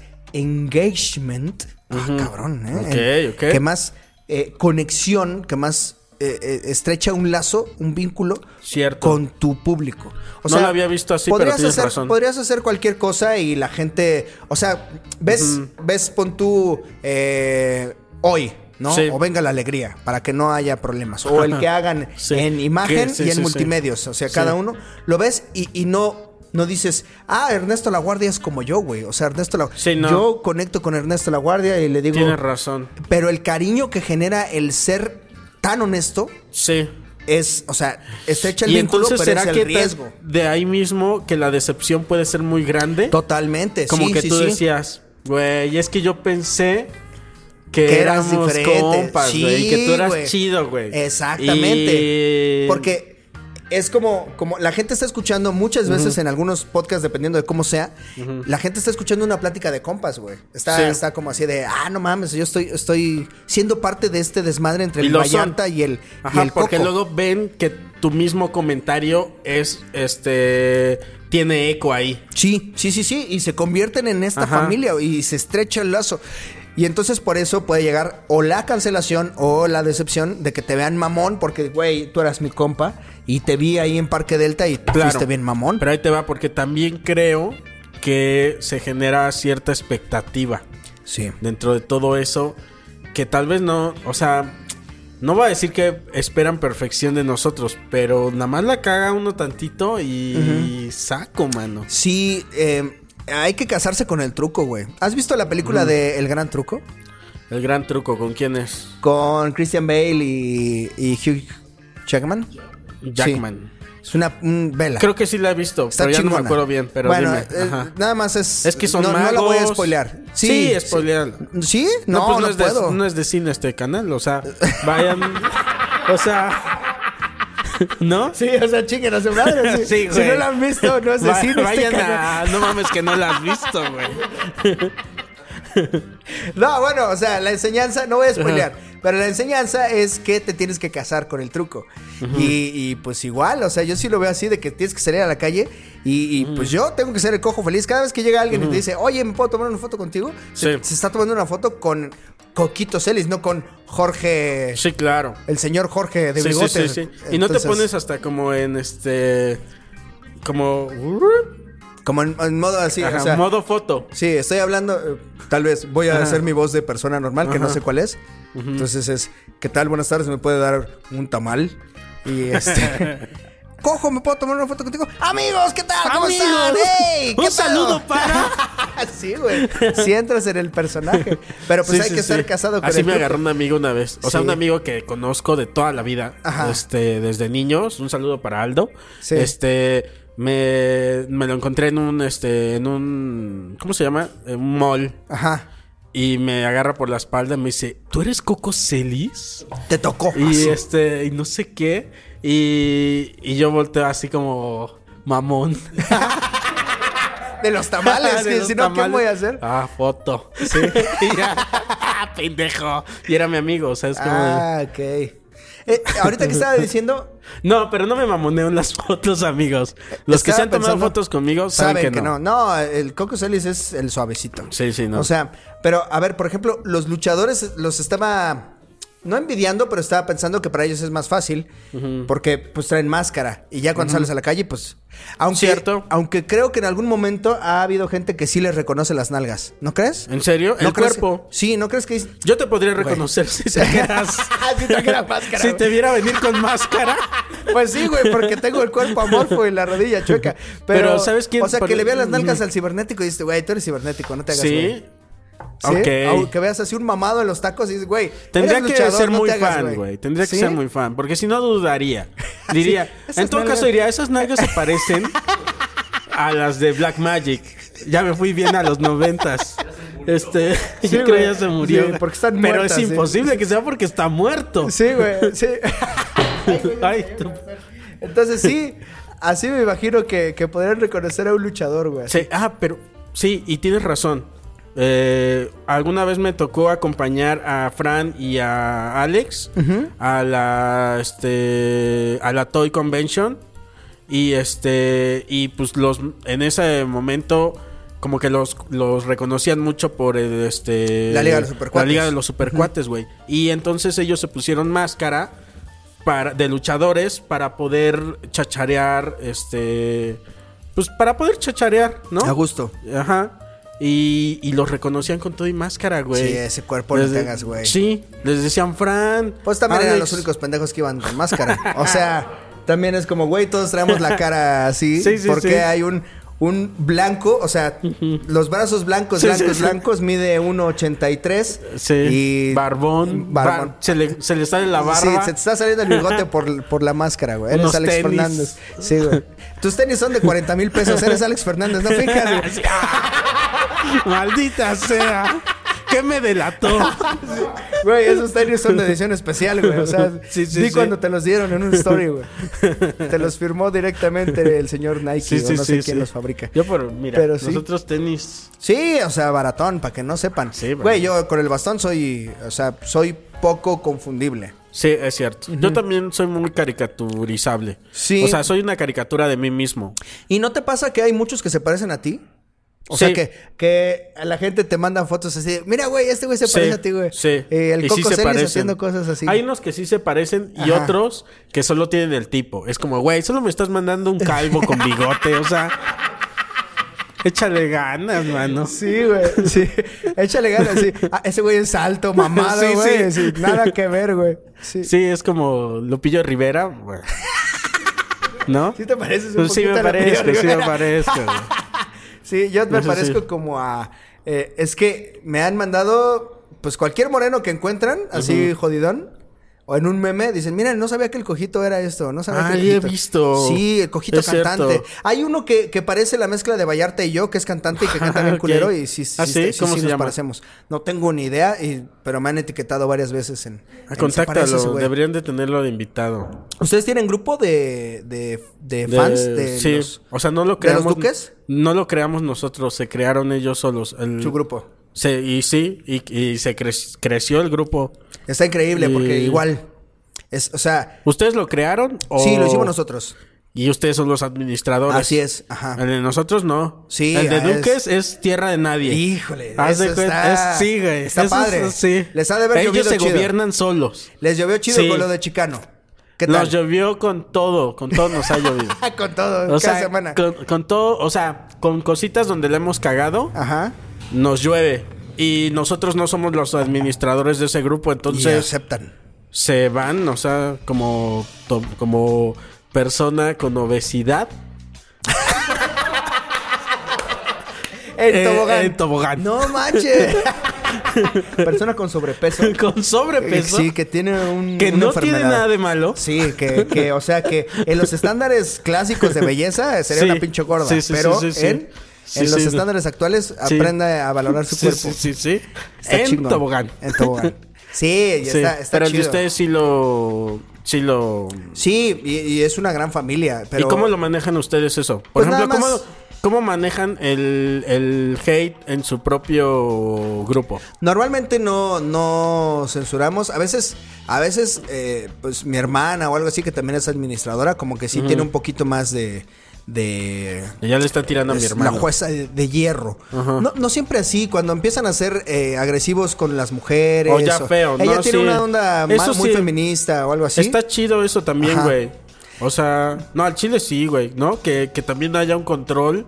[SPEAKER 2] engagement. Ah, cabrón, ¿eh?
[SPEAKER 3] Ok, ok.
[SPEAKER 2] Que más eh, conexión, que más eh, eh, estrecha un lazo, un vínculo
[SPEAKER 3] Cierto.
[SPEAKER 2] con tu público. O
[SPEAKER 3] No lo había visto así, pero
[SPEAKER 2] podrías
[SPEAKER 3] tienes
[SPEAKER 2] hacer-
[SPEAKER 3] razón.
[SPEAKER 2] podrías hacer cualquier cosa y la gente, o sea, ves, ves, pon tú eh, hoy, ¿no?
[SPEAKER 3] Sí.
[SPEAKER 2] O venga la alegría, para que no haya problemas. O el que hagan
[SPEAKER 3] Sí.
[SPEAKER 2] en imagen
[SPEAKER 3] Que- sí,
[SPEAKER 2] y en
[SPEAKER 3] sí, sí.
[SPEAKER 2] multimedios. O sea, cada
[SPEAKER 3] Sí.
[SPEAKER 2] uno lo ves y, y no. No dices, ah, Ernesto La Guardia es como yo, güey. O sea, Ernesto La
[SPEAKER 3] Sí, no.
[SPEAKER 2] Yo conecto con Ernesto La Guardia y le digo.
[SPEAKER 3] Tienes razón.
[SPEAKER 2] Pero el cariño que genera el ser tan honesto
[SPEAKER 3] Sí.
[SPEAKER 2] es, o sea, estrecha el vínculo, pero es el
[SPEAKER 3] tal-
[SPEAKER 2] riesgo.
[SPEAKER 3] de ahí mismo que la decepción puede ser muy grande?
[SPEAKER 2] Totalmente,
[SPEAKER 3] Como
[SPEAKER 2] sí,
[SPEAKER 3] que
[SPEAKER 2] sí,
[SPEAKER 3] tú
[SPEAKER 2] sí.
[SPEAKER 3] decías, güey, es que yo pensé que,
[SPEAKER 2] que eras
[SPEAKER 3] éramos
[SPEAKER 2] diferente.
[SPEAKER 3] compas,
[SPEAKER 2] Sí,
[SPEAKER 3] güey, y que tú eras
[SPEAKER 2] güey.
[SPEAKER 3] chido, güey.
[SPEAKER 2] Exactamente.
[SPEAKER 3] Y-
[SPEAKER 2] Porque es como, como la gente está escuchando muchas veces en algunos podcasts, dependiendo de cómo sea, la gente está escuchando una plática de compas, güey. Está,
[SPEAKER 3] Sí.
[SPEAKER 2] está como así de, ah, no mames, yo estoy, estoy siendo parte de este desmadre entre
[SPEAKER 3] Y
[SPEAKER 2] el
[SPEAKER 3] lo son.
[SPEAKER 2] Vallarta y el, y
[SPEAKER 3] Ajá,
[SPEAKER 2] el
[SPEAKER 3] porque
[SPEAKER 2] Coco.
[SPEAKER 3] luego ven que tu mismo comentario es, este, tiene eco ahí.
[SPEAKER 2] Sí, sí, sí, sí. Y se convierten en esta
[SPEAKER 3] Ajá.
[SPEAKER 2] familia y se estrecha el lazo. Y entonces por eso puede llegar o la cancelación o la decepción de que te vean mamón porque, güey, tú eras mi compa y te vi ahí en Parque Delta y fuiste bien mamón.
[SPEAKER 3] Pero ahí te va, porque también creo que se genera cierta expectativa
[SPEAKER 2] sí.
[SPEAKER 3] dentro de todo eso que tal vez no, o sea, no va a decir que esperan perfección de nosotros, pero nada más la caga uno tantito y saco, mano.
[SPEAKER 2] Sí, eh, hay que casarse con el truco, güey. ¿Has visto la película
[SPEAKER 3] Mm.
[SPEAKER 2] de El Gran Truco?
[SPEAKER 3] El gran truco, ¿con quién es?
[SPEAKER 2] Con Christian Bale y, y Hugh Jackman.
[SPEAKER 3] Jackman.
[SPEAKER 2] Sí. Es una un, vela.
[SPEAKER 3] Creo que sí la he visto,
[SPEAKER 2] Está
[SPEAKER 3] pero ya no
[SPEAKER 2] chingona.
[SPEAKER 3] me acuerdo bien, pero
[SPEAKER 2] bueno,
[SPEAKER 3] dime.
[SPEAKER 2] eh,
[SPEAKER 3] Ajá.
[SPEAKER 2] nada más es.
[SPEAKER 3] Es que son
[SPEAKER 2] no, no la
[SPEAKER 3] magos.
[SPEAKER 2] voy a spoilear. Sí,
[SPEAKER 3] Sí, spoilearla.
[SPEAKER 2] ¿Sí? No, no,
[SPEAKER 3] pues es de-
[SPEAKER 2] puedo.
[SPEAKER 3] no es de cine este canal, o sea, vayan, o sea, ¿no?
[SPEAKER 2] Sí, o sea, chinguen a su madre. sí.
[SPEAKER 3] Sí,
[SPEAKER 2] si
[SPEAKER 3] güey.
[SPEAKER 2] no la han visto, no es de
[SPEAKER 3] Va-
[SPEAKER 2] cine. este
[SPEAKER 3] Vayan
[SPEAKER 2] canal.
[SPEAKER 3] a- No mames que no la has visto, güey.
[SPEAKER 2] No, bueno, o sea, la enseñanza, no voy a spoilear, pero la enseñanza es que te tienes que casar con el truco. y, y, pues igual, o sea, yo sí lo veo así, de que tienes que salir a la calle y, y, pues yo tengo que ser el cojo feliz. Cada vez que llega alguien y te dice, oye, ¿me puedo tomar una foto contigo? Se,
[SPEAKER 3] Sí.
[SPEAKER 2] se está tomando una foto con Coquito Celis, no con Jorge...
[SPEAKER 3] Sí, claro.
[SPEAKER 2] El señor Jorge de
[SPEAKER 3] Sí, sí,
[SPEAKER 2] bigotes.
[SPEAKER 3] sí, sí. Y no te
[SPEAKER 2] Entonces,
[SPEAKER 3] pones hasta como en este. Como.
[SPEAKER 2] Como en, en modo así,
[SPEAKER 3] Ajá,
[SPEAKER 2] o sea,
[SPEAKER 3] modo foto.
[SPEAKER 2] Sí, estoy hablando, eh, tal vez voy a hacer mi voz de persona normal, que no sé cuál es. Entonces es, ¿qué tal? Buenas tardes, ¿me puede dar un tamal? Y este... Cojo, ¿me puedo tomar una foto contigo? Amigos, ¿qué tal? ¿Cómo están?
[SPEAKER 3] Amigos,
[SPEAKER 2] ¡Hey!
[SPEAKER 3] un
[SPEAKER 2] ¿qué
[SPEAKER 3] saludo para-
[SPEAKER 2] sí, güey. Si entras en el personaje. Pero pues
[SPEAKER 3] Sí,
[SPEAKER 2] hay
[SPEAKER 3] sí,
[SPEAKER 2] que
[SPEAKER 3] sí.
[SPEAKER 2] estar casado con
[SPEAKER 3] Así
[SPEAKER 2] el
[SPEAKER 3] me
[SPEAKER 2] truco.
[SPEAKER 3] agarró un amigo una vez. O sea,
[SPEAKER 2] Sí.
[SPEAKER 3] un amigo que conozco de toda la vida.
[SPEAKER 2] Ajá.
[SPEAKER 3] Este, desde niños. Un saludo para Aldo.
[SPEAKER 2] Sí.
[SPEAKER 3] Este. Me, me lo encontré en un, este, en un, ¿cómo se llama? En un mall.
[SPEAKER 2] Ajá.
[SPEAKER 3] Y me agarra por la espalda y me dice, ¿tú eres Coco Celis?
[SPEAKER 2] Te tocó.
[SPEAKER 3] Y
[SPEAKER 2] Así.
[SPEAKER 3] este, y no sé qué. Y, y yo volteo así como mamón.
[SPEAKER 2] De los tamales.
[SPEAKER 3] De
[SPEAKER 2] que
[SPEAKER 3] los
[SPEAKER 2] si no, ¿qué
[SPEAKER 3] tamales.
[SPEAKER 2] voy a hacer?
[SPEAKER 3] Ah, foto. Sí. y ya, ah, pendejo. Y era mi amigo, o sea, es como. de-
[SPEAKER 2] Ah, ok. Eh, ahorita que estaba diciendo,
[SPEAKER 3] No, pero no me mamoneo en las fotos, amigos. Los que se han
[SPEAKER 2] Estaba
[SPEAKER 3] tomado
[SPEAKER 2] pensando-
[SPEAKER 3] fotos conmigo saben, que, no.
[SPEAKER 2] no. el Coco Celis es el suavecito.
[SPEAKER 3] Sí, sí, no.
[SPEAKER 2] O sea, pero a ver, por ejemplo, los luchadores los estaba no envidiando, pero estaba pensando que para ellos es más fácil porque pues traen máscara y ya cuando sales a la calle, pues aunque
[SPEAKER 3] Cierto.
[SPEAKER 2] aunque creo que en algún momento ha habido gente que sí les reconoce las nalgas, ¿no crees?
[SPEAKER 3] ¿En serio?
[SPEAKER 2] ¿No
[SPEAKER 3] El
[SPEAKER 2] crees-
[SPEAKER 3] cuerpo.
[SPEAKER 2] Sí, ¿no crees que dices-
[SPEAKER 3] Yo te podría reconocer si trajeras.
[SPEAKER 2] Si trajeras máscara,
[SPEAKER 3] si te
[SPEAKER 2] güey.
[SPEAKER 3] viera venir con máscara.
[SPEAKER 2] Pues sí, güey, porque tengo el cuerpo amorfo y la rodilla chueca. Pero,
[SPEAKER 3] Pero, ¿sabes quién?
[SPEAKER 2] O sea, que
[SPEAKER 3] Pero-
[SPEAKER 2] le vean las nalgas al cibernético y dices, güey, tú eres cibernético, no te hagas, güey.
[SPEAKER 3] Sí.
[SPEAKER 2] ¿Sí?
[SPEAKER 3] Ok.
[SPEAKER 2] Aunque veas así un mamado en los tacos y dices, güey,
[SPEAKER 3] Tendría
[SPEAKER 2] eres
[SPEAKER 3] que
[SPEAKER 2] luchador,
[SPEAKER 3] ser
[SPEAKER 2] no
[SPEAKER 3] muy
[SPEAKER 2] te hagas,
[SPEAKER 3] fan, güey. Tendría que
[SPEAKER 2] ¿Sí?
[SPEAKER 3] ser muy fan. Porque si no, dudaría. Diría.
[SPEAKER 2] Esas
[SPEAKER 3] en todo
[SPEAKER 2] nalgas.
[SPEAKER 3] caso, diría, esas nalgas se parecen a las de Black Magic. Ya me fui bien a los noventas. Este,
[SPEAKER 2] Sí,
[SPEAKER 3] yo creo
[SPEAKER 2] güey.
[SPEAKER 3] ya se murió.
[SPEAKER 2] Sí, porque están
[SPEAKER 3] Pero
[SPEAKER 2] muertas,
[SPEAKER 3] es
[SPEAKER 2] sí.
[SPEAKER 3] imposible que sea porque está muerto.
[SPEAKER 2] Sí, güey, sí.
[SPEAKER 3] Ay, tú-
[SPEAKER 2] Entonces sí, así me imagino que, que podrían reconocer a un luchador, güey. así.
[SPEAKER 3] Sí, ah, pero sí, y tienes razón. Eh, alguna vez me tocó acompañar a Fran y a Alex a la este a la Toy Convention y este y pues los en ese momento como que los, los reconocían mucho por el, este
[SPEAKER 2] La Liga de los Supercuates.
[SPEAKER 3] la Liga de los Supercuates, güey. Y entonces ellos se pusieron máscara para, de luchadores para poder chacharear, este. Pues para poder chacharear, ¿no?
[SPEAKER 2] A gusto.
[SPEAKER 3] Ajá. Y, y los reconocían con todo y máscara, güey.
[SPEAKER 2] Sí, ese cuerpo no
[SPEAKER 3] Les de-
[SPEAKER 2] tengas, güey.
[SPEAKER 3] Sí, les decían Fran.
[SPEAKER 2] Pues también eran
[SPEAKER 3] Alex".
[SPEAKER 2] los únicos pendejos que iban con máscara. O sea, también es como, güey, todos traemos la cara así.
[SPEAKER 3] Sí, sí,
[SPEAKER 2] porque
[SPEAKER 3] sí.
[SPEAKER 2] hay un, un blanco, o sea, los brazos blancos,
[SPEAKER 3] Sí, sí,
[SPEAKER 2] blancos,
[SPEAKER 3] sí.
[SPEAKER 2] blancos, mide 1,83.
[SPEAKER 3] Sí.
[SPEAKER 2] Y
[SPEAKER 3] Barbón.
[SPEAKER 2] Barbón.
[SPEAKER 3] bar- se, le, se le sale la barba.
[SPEAKER 2] Sí, se te está saliendo el bigote por, por la máscara, güey. Eres
[SPEAKER 3] Unos
[SPEAKER 2] Alex
[SPEAKER 3] tenis.
[SPEAKER 2] Fernández. Sí, güey. Tus tenis son de 40 mil pesos. Eres Alex Fernández, no fijas, güey.
[SPEAKER 3] Maldita sea. ¿Qué me delató?
[SPEAKER 2] Güey, esos tenis son de edición especial, güey. O sea,
[SPEAKER 3] Sí, sí,
[SPEAKER 2] vi
[SPEAKER 3] sí.
[SPEAKER 2] cuando te los dieron en un story, güey. Te los firmó directamente el señor Nike
[SPEAKER 3] Sí,
[SPEAKER 2] o
[SPEAKER 3] sí,
[SPEAKER 2] no
[SPEAKER 3] sí,
[SPEAKER 2] sé quién
[SPEAKER 3] sí.
[SPEAKER 2] los fabrica.
[SPEAKER 3] Yo, pero mira,
[SPEAKER 2] Pero sí.
[SPEAKER 3] nosotros tenis.
[SPEAKER 2] Sí, o sea, baratón, para que no sepan.
[SPEAKER 3] Sí, pues.
[SPEAKER 2] güey. yo con el bastón soy, o sea, soy poco confundible.
[SPEAKER 3] Sí, es cierto. Yo también soy muy caricaturizable.
[SPEAKER 2] Sí.
[SPEAKER 3] O sea, soy una caricatura de mí mismo.
[SPEAKER 2] ¿Y no te pasa que hay muchos que se parecen a ti? O
[SPEAKER 3] Sí.
[SPEAKER 2] sea, que, que a la gente te mandan fotos así. de, Mira, güey, este güey se parece a ti, güey.
[SPEAKER 3] Sí.
[SPEAKER 2] Eh, el
[SPEAKER 3] Y
[SPEAKER 2] Coco
[SPEAKER 3] sí se
[SPEAKER 2] Celis
[SPEAKER 3] parecen.
[SPEAKER 2] haciendo cosas así.
[SPEAKER 3] Hay unos que sí se parecen y
[SPEAKER 2] Ajá.
[SPEAKER 3] otros que solo tienen el tipo. Es como, güey, solo me estás mandando un calvo con bigote. O sea, échale ganas, mano.
[SPEAKER 2] Sí, güey. Sí. Échale ganas, sí. Ah, ese güey es alto, mamado,
[SPEAKER 3] Sí, sí.
[SPEAKER 2] güey. sí, Nada que ver, güey. Sí.
[SPEAKER 3] Sí, es como Lupillo Rivera. güey. ¿No?
[SPEAKER 2] Sí te pareces un
[SPEAKER 3] Pues sí
[SPEAKER 2] poquito
[SPEAKER 3] me
[SPEAKER 2] a Lupillo
[SPEAKER 3] parezco, sí me
[SPEAKER 2] Rivera.
[SPEAKER 3] parezco. güey.
[SPEAKER 2] Sí, yo me
[SPEAKER 3] Eso sí.
[SPEAKER 2] parezco como a. eh, es que me han mandado, pues cualquier moreno que encuentran, así jodidón, o en un meme, dicen: Miren, no sabía que el cojito era esto, no sabía
[SPEAKER 3] Ah,
[SPEAKER 2] que el
[SPEAKER 3] ya he
[SPEAKER 2] Cojito".
[SPEAKER 3] visto.
[SPEAKER 2] Sí, el cojito
[SPEAKER 3] Es
[SPEAKER 2] cantante.
[SPEAKER 3] cierto.
[SPEAKER 2] Hay uno que, que parece la mezcla de Vallarta y yo, que es cantante y que canta bien
[SPEAKER 3] Ok.
[SPEAKER 2] culero, y sí, sí,
[SPEAKER 3] ¿Ah, sí? ¿Cómo se
[SPEAKER 2] nos
[SPEAKER 3] llama?
[SPEAKER 2] parecemos. No tengo ni idea, y- pero me han etiquetado varias veces en. en, "Se parece ese
[SPEAKER 3] Ah, Contáctalo,
[SPEAKER 2] güey".
[SPEAKER 3] deberían de tenerlo de invitado.
[SPEAKER 2] ¿Ustedes tienen grupo de, de, de eh, fans? De,
[SPEAKER 3] sí,
[SPEAKER 2] los-
[SPEAKER 3] o sea, no
[SPEAKER 2] de
[SPEAKER 3] lo
[SPEAKER 2] los
[SPEAKER 3] creamos.
[SPEAKER 2] Duques?
[SPEAKER 3] No lo creamos nosotros, se crearon ellos solos. El-
[SPEAKER 2] Su grupo.
[SPEAKER 3] Se- y sí, y, y se cre- creció el grupo.
[SPEAKER 2] Está increíble, porque
[SPEAKER 3] Y-
[SPEAKER 2] igual. Es, o sea,
[SPEAKER 3] ¿Ustedes lo crearon? O...
[SPEAKER 2] Sí, lo hicimos nosotros.
[SPEAKER 3] Y ustedes son los administradores.
[SPEAKER 2] Así es, ajá.
[SPEAKER 3] El de nosotros no.
[SPEAKER 2] Sí,
[SPEAKER 3] El de
[SPEAKER 2] ah, es-
[SPEAKER 3] Duques es, tierra de nadie.
[SPEAKER 2] Híjole,
[SPEAKER 3] Haz de
[SPEAKER 2] eso
[SPEAKER 3] cuen-
[SPEAKER 2] está-
[SPEAKER 3] es- sí, güey.
[SPEAKER 2] está
[SPEAKER 3] Eso es-
[SPEAKER 2] padre.
[SPEAKER 3] sí.
[SPEAKER 2] Les ha de haber
[SPEAKER 3] Ellos
[SPEAKER 2] llovido
[SPEAKER 3] se
[SPEAKER 2] chido.
[SPEAKER 3] gobiernan solos.
[SPEAKER 2] Les llovió chido
[SPEAKER 3] Sí.
[SPEAKER 2] con lo de Chicano. ¿Qué tal?
[SPEAKER 3] Nos llovió con todo, con todo nos ha llovido.
[SPEAKER 2] con todo,
[SPEAKER 3] O
[SPEAKER 2] cada
[SPEAKER 3] sea,
[SPEAKER 2] semana.
[SPEAKER 3] Con, con todo, o sea, con cositas donde le hemos cagado,
[SPEAKER 2] Ajá.
[SPEAKER 3] nos llueve. Y nosotros no somos los administradores de ese grupo,
[SPEAKER 2] y
[SPEAKER 3] entonces
[SPEAKER 2] aceptan.
[SPEAKER 3] se van, o sea, como, to- como persona con obesidad.
[SPEAKER 2] En
[SPEAKER 3] Eh,
[SPEAKER 2] tobogán.
[SPEAKER 3] en tobogán.
[SPEAKER 2] No manches. Persona con sobrepeso.
[SPEAKER 3] Con sobrepeso.
[SPEAKER 2] Sí, que tiene un.
[SPEAKER 3] Que
[SPEAKER 2] una
[SPEAKER 3] no
[SPEAKER 2] enfermedad.
[SPEAKER 3] tiene nada de malo.
[SPEAKER 2] Sí, que, que, o sea, que en los estándares clásicos de belleza eh, sería
[SPEAKER 3] Sí.
[SPEAKER 2] una pinche gorda.
[SPEAKER 3] Sí, sí,
[SPEAKER 2] pero
[SPEAKER 3] sí, sí, sí.
[SPEAKER 2] en,
[SPEAKER 3] Sí,
[SPEAKER 2] en los
[SPEAKER 3] sí.
[SPEAKER 2] estándares actuales
[SPEAKER 3] Sí.
[SPEAKER 2] aprenda a valorar su
[SPEAKER 3] Sí,
[SPEAKER 2] cuerpo.
[SPEAKER 3] sí, sí, sí.
[SPEAKER 2] Está
[SPEAKER 3] en
[SPEAKER 2] chingón.
[SPEAKER 3] tobogán.
[SPEAKER 2] En tobogán. Sí, y
[SPEAKER 3] Sí,
[SPEAKER 2] está, está
[SPEAKER 3] pero el de
[SPEAKER 2] chido.
[SPEAKER 3] ustedes sí lo... Sí lo...
[SPEAKER 2] Sí, y, y es una gran familia. Pero
[SPEAKER 3] ¿Y cómo lo manejan ustedes eso? Por
[SPEAKER 2] Pues
[SPEAKER 3] ejemplo,
[SPEAKER 2] nada
[SPEAKER 3] ¿cómo,
[SPEAKER 2] más-
[SPEAKER 3] cómo manejan el, el hate en su propio grupo?
[SPEAKER 2] Normalmente no, no censuramos. A veces, a veces, eh, pues mi hermana o algo así, que también es administradora, como que sí tiene un poquito más de. de
[SPEAKER 3] Y ya le están tirando a mi
[SPEAKER 2] es
[SPEAKER 3] hermano.
[SPEAKER 2] La jueza de, de hierro. No, no siempre así. Cuando empiezan a ser eh, agresivos con las mujeres.
[SPEAKER 3] O Oh, ya feo, ¿no?
[SPEAKER 2] Ella tiene
[SPEAKER 3] Sí.
[SPEAKER 2] una onda ma-
[SPEAKER 3] Eso
[SPEAKER 2] muy
[SPEAKER 3] sí.
[SPEAKER 2] feminista o algo así.
[SPEAKER 3] Está chido eso también,
[SPEAKER 2] Ajá.
[SPEAKER 3] güey. O sea, no, al chile sí, güey, ¿no? Que, que también haya un control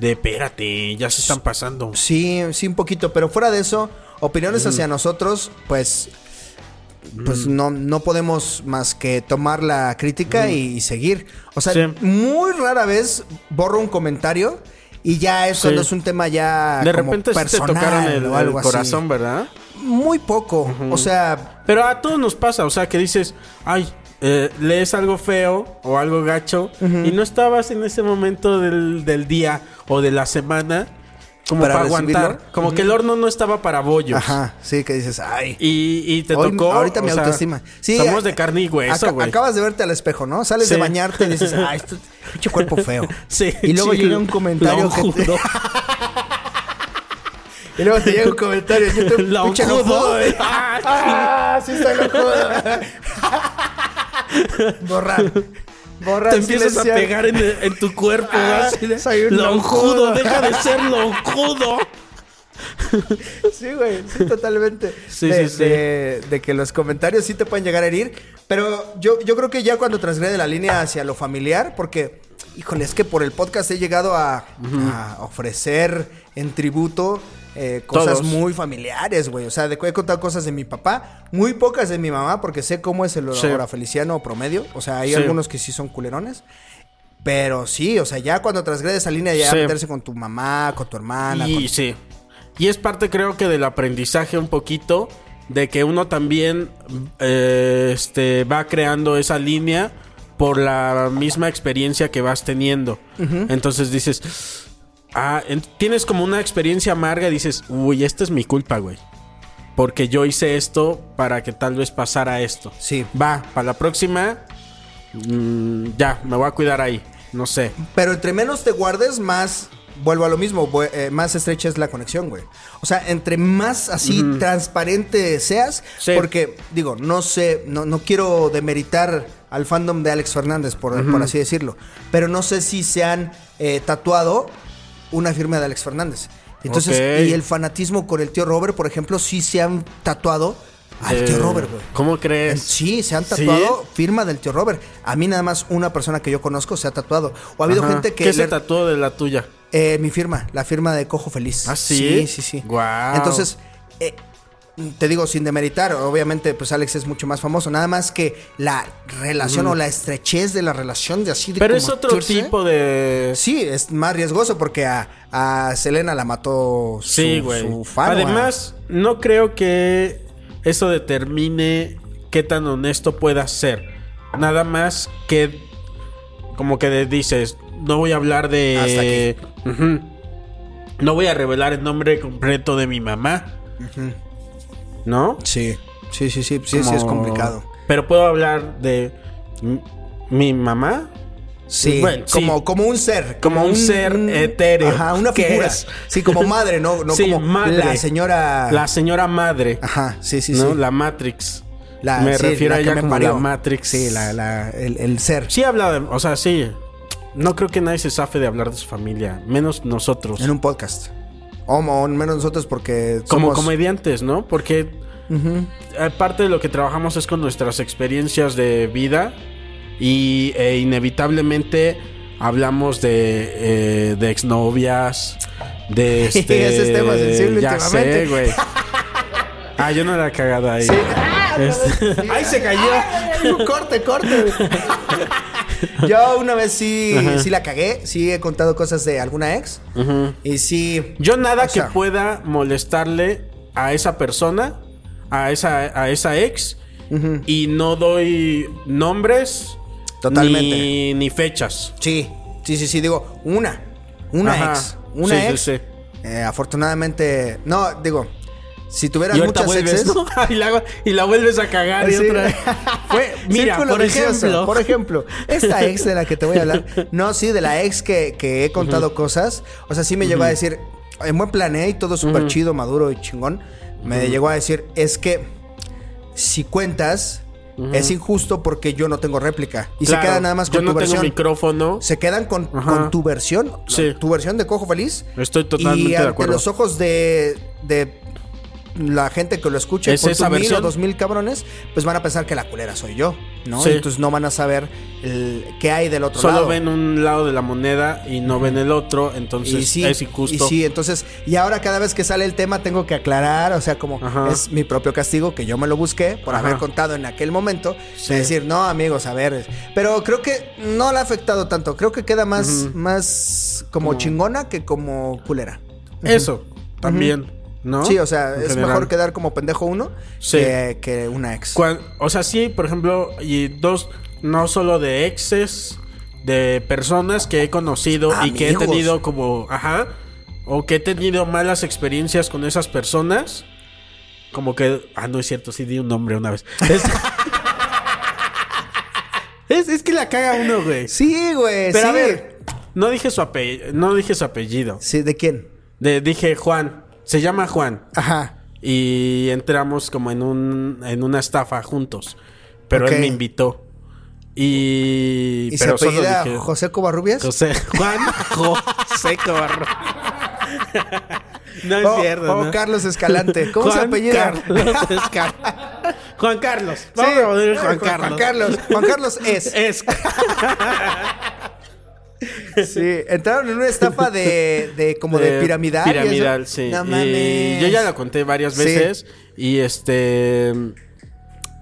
[SPEAKER 3] de, espérate, ya se están pasando.
[SPEAKER 2] Sí, sí, un poquito. Pero fuera de eso, opiniones
[SPEAKER 3] Mm.
[SPEAKER 2] hacia nosotros, pues. Pues no, no podemos más que tomar la crítica y, y seguir. O sea,
[SPEAKER 3] Mm. Sí.
[SPEAKER 2] muy rara vez borro un comentario y ya es cuando
[SPEAKER 3] Sí.
[SPEAKER 2] es un tema ya.
[SPEAKER 3] De
[SPEAKER 2] como
[SPEAKER 3] repente sí te
[SPEAKER 2] personal
[SPEAKER 3] tocaron el,
[SPEAKER 2] o algo
[SPEAKER 3] el
[SPEAKER 2] así.
[SPEAKER 3] corazón, ¿verdad?
[SPEAKER 2] Muy poco. O sea,
[SPEAKER 3] Pero a todos nos pasa, o sea, que dices, ay, eh, lees algo feo o algo gacho y no estabas en ese momento del, del día o de la semana Como
[SPEAKER 2] Para
[SPEAKER 3] para, aguantar.
[SPEAKER 2] recibirlo.
[SPEAKER 3] Como que el horno no estaba para bollos.
[SPEAKER 2] Ajá, sí, que dices, ay.
[SPEAKER 3] Y, y te
[SPEAKER 2] Hoy-
[SPEAKER 3] tocó.
[SPEAKER 2] ahorita
[SPEAKER 3] o
[SPEAKER 2] mi
[SPEAKER 3] sea,
[SPEAKER 2] autoestima. Sí,
[SPEAKER 3] somos
[SPEAKER 2] eh,
[SPEAKER 3] de carne y hueso,
[SPEAKER 2] aca-
[SPEAKER 3] güey.
[SPEAKER 2] Acabas de verte al espejo, ¿no? Sales de
[SPEAKER 3] Sí.
[SPEAKER 2] bañarte y dices, ay, este pinche cuerpo feo.
[SPEAKER 3] Sí,
[SPEAKER 2] Y luego
[SPEAKER 3] sí,
[SPEAKER 2] llega un
[SPEAKER 3] lo
[SPEAKER 2] comentario que te-
[SPEAKER 3] juro.
[SPEAKER 2] Y luego te llega un comentario. Yo te
[SPEAKER 3] Lo
[SPEAKER 2] pinche
[SPEAKER 3] judo,
[SPEAKER 2] enojudo.
[SPEAKER 3] güey.
[SPEAKER 2] Ah, sí está enojudo. Borrar. Borrar.
[SPEAKER 3] Te empiezas a
[SPEAKER 2] silenciar.
[SPEAKER 3] pegar en, el- en tu cuerpo.
[SPEAKER 2] Ah,
[SPEAKER 3] así de,
[SPEAKER 2] soy un
[SPEAKER 3] lonjudo,
[SPEAKER 2] lonjudo".
[SPEAKER 3] deja de ser lonjudo.
[SPEAKER 2] Sí, güey, sí, totalmente.
[SPEAKER 3] Sí,
[SPEAKER 2] de,
[SPEAKER 3] sí, sí.
[SPEAKER 2] De, de que los comentarios sí te pueden llegar a herir. Pero yo, yo creo que ya cuando transgrede la línea hacia lo familiar, porque, híjole, es que por el podcast he llegado a, a ofrecer en tributo eh, cosas
[SPEAKER 3] Todos.
[SPEAKER 2] muy familiares, güey. O sea, de, he contado cosas de mi papá, muy pocas de mi mamá, porque sé cómo es el
[SPEAKER 3] Sí.
[SPEAKER 2] hora feliciano promedio. O sea, hay
[SPEAKER 3] Sí.
[SPEAKER 2] algunos que sí son culerones. Pero sí, o sea, ya cuando transgrede esa línea, ya
[SPEAKER 3] Sí.
[SPEAKER 2] meterse con tu mamá, con tu hermana, con
[SPEAKER 3] Y sí. Y es parte, creo que, del aprendizaje un poquito. De que uno también eh, este, va creando esa línea por la misma experiencia que vas teniendo. Entonces dices. Ah, en- tienes como una experiencia amarga y dices, uy, esta es mi culpa, güey. Porque yo hice esto para que tal vez pasara esto.
[SPEAKER 2] Sí.
[SPEAKER 3] Va, para la próxima. mm, ya, me voy a cuidar ahí. No sé.
[SPEAKER 2] Pero entre menos te guardes, más. Vuelvo a lo mismo, vue- eh, más estrecha es la conexión, güey. O sea, entre más así transparente seas,
[SPEAKER 3] Sí.
[SPEAKER 2] porque, digo, no sé, no, no quiero demeritar al fandom de Alex Fernández, por, por así decirlo, pero no sé si se han eh, tatuado una firma de Alex Fernández. Entonces,
[SPEAKER 3] Ok.
[SPEAKER 2] y el fanatismo con el tío Robert, por ejemplo, sí se han tatuado al
[SPEAKER 3] Eh,
[SPEAKER 2] tío Robert, güey.
[SPEAKER 3] ¿Cómo crees?
[SPEAKER 2] Sí, se han
[SPEAKER 3] ¿Sí?
[SPEAKER 2] tatuado firma del tío Robert. A mí nada más una persona que yo conozco se ha tatuado. O ha habido
[SPEAKER 3] Ajá.
[SPEAKER 2] gente que...
[SPEAKER 3] ¿Qué se
[SPEAKER 2] le-
[SPEAKER 3] tatuó de la tuya?
[SPEAKER 2] eh, mi firma, la firma de Cojo Feliz.
[SPEAKER 3] ¿Ah, sí?
[SPEAKER 2] Sí, sí, sí.
[SPEAKER 3] Guau.
[SPEAKER 2] Entonces, eh, te digo, sin demeritar, obviamente, pues Alex es mucho más famoso. Nada más que la relación o la estrechez de la relación de así de
[SPEAKER 3] Pero
[SPEAKER 2] como
[SPEAKER 3] es otro
[SPEAKER 2] churse.
[SPEAKER 3] tipo de...
[SPEAKER 2] Sí, es más riesgoso porque a, a Selena la mató su,
[SPEAKER 3] Sí, güey.
[SPEAKER 2] su ¿eh? fan.
[SPEAKER 3] Además, no creo que eso determine qué tan honesto pueda ser. Nada más que como que de- dices, no voy a hablar de... Ujú. No voy a revelar el nombre completo de mi mamá. ¿No?
[SPEAKER 2] sí. Sí, sí, sí, sí, sí, es
[SPEAKER 3] Como-
[SPEAKER 2] complicado.
[SPEAKER 3] Pero puedo hablar de m- mi mamá.
[SPEAKER 2] Sí,
[SPEAKER 3] Bueno, sí.
[SPEAKER 2] como, como un ser.
[SPEAKER 3] Como un ser etéreo.
[SPEAKER 2] Ajá, una
[SPEAKER 3] ¿Qué
[SPEAKER 2] figura.
[SPEAKER 3] es?
[SPEAKER 2] Sí, como madre, no, no
[SPEAKER 3] Sí,
[SPEAKER 2] como
[SPEAKER 3] madre.
[SPEAKER 2] la señora.
[SPEAKER 3] La señora madre.
[SPEAKER 2] Ah. Ajá, sí, sí,
[SPEAKER 3] ¿no?
[SPEAKER 2] sí.
[SPEAKER 3] La Matrix.
[SPEAKER 2] La-
[SPEAKER 3] me
[SPEAKER 2] sí,
[SPEAKER 3] refiero
[SPEAKER 2] la
[SPEAKER 3] a
[SPEAKER 2] que
[SPEAKER 3] ella
[SPEAKER 2] me
[SPEAKER 3] como
[SPEAKER 2] parió.
[SPEAKER 3] la Matrix.
[SPEAKER 2] Sí, la, la, el, el ser.
[SPEAKER 3] Sí habla de- O sea, sí. No creo que nadie se zafe de hablar de su familia. Menos nosotros.
[SPEAKER 2] En un podcast. O, o menos nosotros porque
[SPEAKER 3] como
[SPEAKER 2] somos-
[SPEAKER 3] comediantes, ¿no? Porque... Parte de lo que trabajamos es con nuestras experiencias de vida. Y e, inevitablemente... Hablamos de, eh, de exnovias, de este...
[SPEAKER 2] Ese es tema sensible
[SPEAKER 3] ya
[SPEAKER 2] últimamente.
[SPEAKER 3] sé, güey. Ah, yo no era cagada ahí. Este-
[SPEAKER 2] ¡Ay, se cayó! ¡Corte, corte! Yo una vez sí, sí la cagué. Sí he contado cosas de alguna ex. Y sí...
[SPEAKER 3] Yo nada
[SPEAKER 2] O sea-
[SPEAKER 3] que pueda molestarle a esa persona, a esa, a esa ex, y no doy nombres
[SPEAKER 2] Totalmente.
[SPEAKER 3] Ni, ni fechas.
[SPEAKER 2] Sí, sí, sí, sí. Digo, una. Una
[SPEAKER 3] Ajá.
[SPEAKER 2] ex. Una
[SPEAKER 3] Sí, sí,
[SPEAKER 2] ex.
[SPEAKER 3] sí.
[SPEAKER 2] Eh, afortunadamente... No, digo... Si tuvieras
[SPEAKER 3] Y ahorita
[SPEAKER 2] muchas
[SPEAKER 3] vuelves,
[SPEAKER 2] exes...
[SPEAKER 3] ¿no? y, la, y la vuelves a cagar
[SPEAKER 2] Sí.
[SPEAKER 3] y otra Fue, mira,
[SPEAKER 2] Círculo
[SPEAKER 3] por
[SPEAKER 2] vicioso.
[SPEAKER 3] ejemplo,
[SPEAKER 2] Por ejemplo, esta ex de la que te voy a hablar. No, sí, de la ex que, que he contado cosas. O sea, sí me llegó a decir, en buen plan, ¿eh? Y todo súper chido, maduro y chingón. Me llegó a decir, es que si cuentas, es injusto porque yo no tengo réplica. Y
[SPEAKER 3] Claro,
[SPEAKER 2] se queda nada más con
[SPEAKER 3] yo no
[SPEAKER 2] tu
[SPEAKER 3] tengo
[SPEAKER 2] versión.
[SPEAKER 3] micrófono.
[SPEAKER 2] Se quedan con,
[SPEAKER 3] Ajá.
[SPEAKER 2] con tu versión,
[SPEAKER 3] Sí.
[SPEAKER 2] tu versión de Cojo Feliz.
[SPEAKER 3] Estoy
[SPEAKER 2] y
[SPEAKER 3] totalmente de
[SPEAKER 2] ante
[SPEAKER 3] acuerdo.
[SPEAKER 2] los ojos de, de la gente que lo escuche,
[SPEAKER 3] ¿Es
[SPEAKER 2] por
[SPEAKER 3] esa
[SPEAKER 2] tu mil o
[SPEAKER 3] versión?
[SPEAKER 2] dos mil cabrones, pues van a pensar que la culera soy yo, ¿no?
[SPEAKER 3] Sí.
[SPEAKER 2] Entonces no van a saber el- qué hay del otro
[SPEAKER 3] Solo
[SPEAKER 2] lado.
[SPEAKER 3] ven un lado de la moneda y no ven el otro, entonces
[SPEAKER 2] y sí,
[SPEAKER 3] es injusto.
[SPEAKER 2] y sí, entonces, y ahora cada vez que sale el tema tengo que aclarar, o sea, como
[SPEAKER 3] Ajá.
[SPEAKER 2] es mi propio castigo que yo me lo busqué por
[SPEAKER 3] Ajá.
[SPEAKER 2] haber contado en aquel momento,
[SPEAKER 3] Sí.
[SPEAKER 2] de decir, no, amigos, a ver, es- pero creo que no la ha afectado tanto, creo que queda más, más como chingona que como culera.
[SPEAKER 3] Eso, también, ¿no?
[SPEAKER 2] Sí, o sea,
[SPEAKER 3] En
[SPEAKER 2] es
[SPEAKER 3] general.
[SPEAKER 2] mejor quedar como pendejo uno
[SPEAKER 3] Sí.
[SPEAKER 2] que, que una ex.
[SPEAKER 3] Cuan- o sea, sí, por ejemplo, y dos, no solo de exes, de personas que he conocido y que he
[SPEAKER 2] Amigos.
[SPEAKER 3] tenido como, ajá, o que he tenido malas experiencias con esas personas, como que. Ah, no es cierto, sí di un nombre una vez. Este, Es,
[SPEAKER 2] Eh,
[SPEAKER 3] es, es que la caga uno, güey.
[SPEAKER 2] Sí, güey.
[SPEAKER 3] Pero a
[SPEAKER 2] sí.
[SPEAKER 3] ver, no dije su apellido. No dije su apellido.
[SPEAKER 2] Sí, ¿de quién?
[SPEAKER 3] Le dije Juan. Se llama Juan.
[SPEAKER 2] Ajá.
[SPEAKER 3] Y entramos como en, un, en una estafa juntos. Pero
[SPEAKER 2] Ok.
[SPEAKER 3] él me invitó. Y.
[SPEAKER 2] ¿Y
[SPEAKER 3] pero
[SPEAKER 2] se
[SPEAKER 3] solo
[SPEAKER 2] apellida
[SPEAKER 3] dije-
[SPEAKER 2] José Covarrubias?
[SPEAKER 3] José. Juan José Cobarro. no es
[SPEAKER 2] O-
[SPEAKER 3] cierto.
[SPEAKER 2] o
[SPEAKER 3] ¿no?
[SPEAKER 2] Carlos Escalante. ¿Cómo se
[SPEAKER 3] Juan
[SPEAKER 2] apellida?
[SPEAKER 3] Carlos Esca- Juan Carlos. Vamos a poner Juan Carlos.
[SPEAKER 2] Juan Carlos. Juan Carlos es.
[SPEAKER 3] Es.
[SPEAKER 2] Sí, entraron en una estafa de, de como de
[SPEAKER 3] Eh,
[SPEAKER 2] piramidal. y eso.
[SPEAKER 3] Piramidal, sí.
[SPEAKER 2] No
[SPEAKER 3] Y
[SPEAKER 2] mames.
[SPEAKER 3] yo ya la conté varias
[SPEAKER 2] Sí.
[SPEAKER 3] veces. Y este.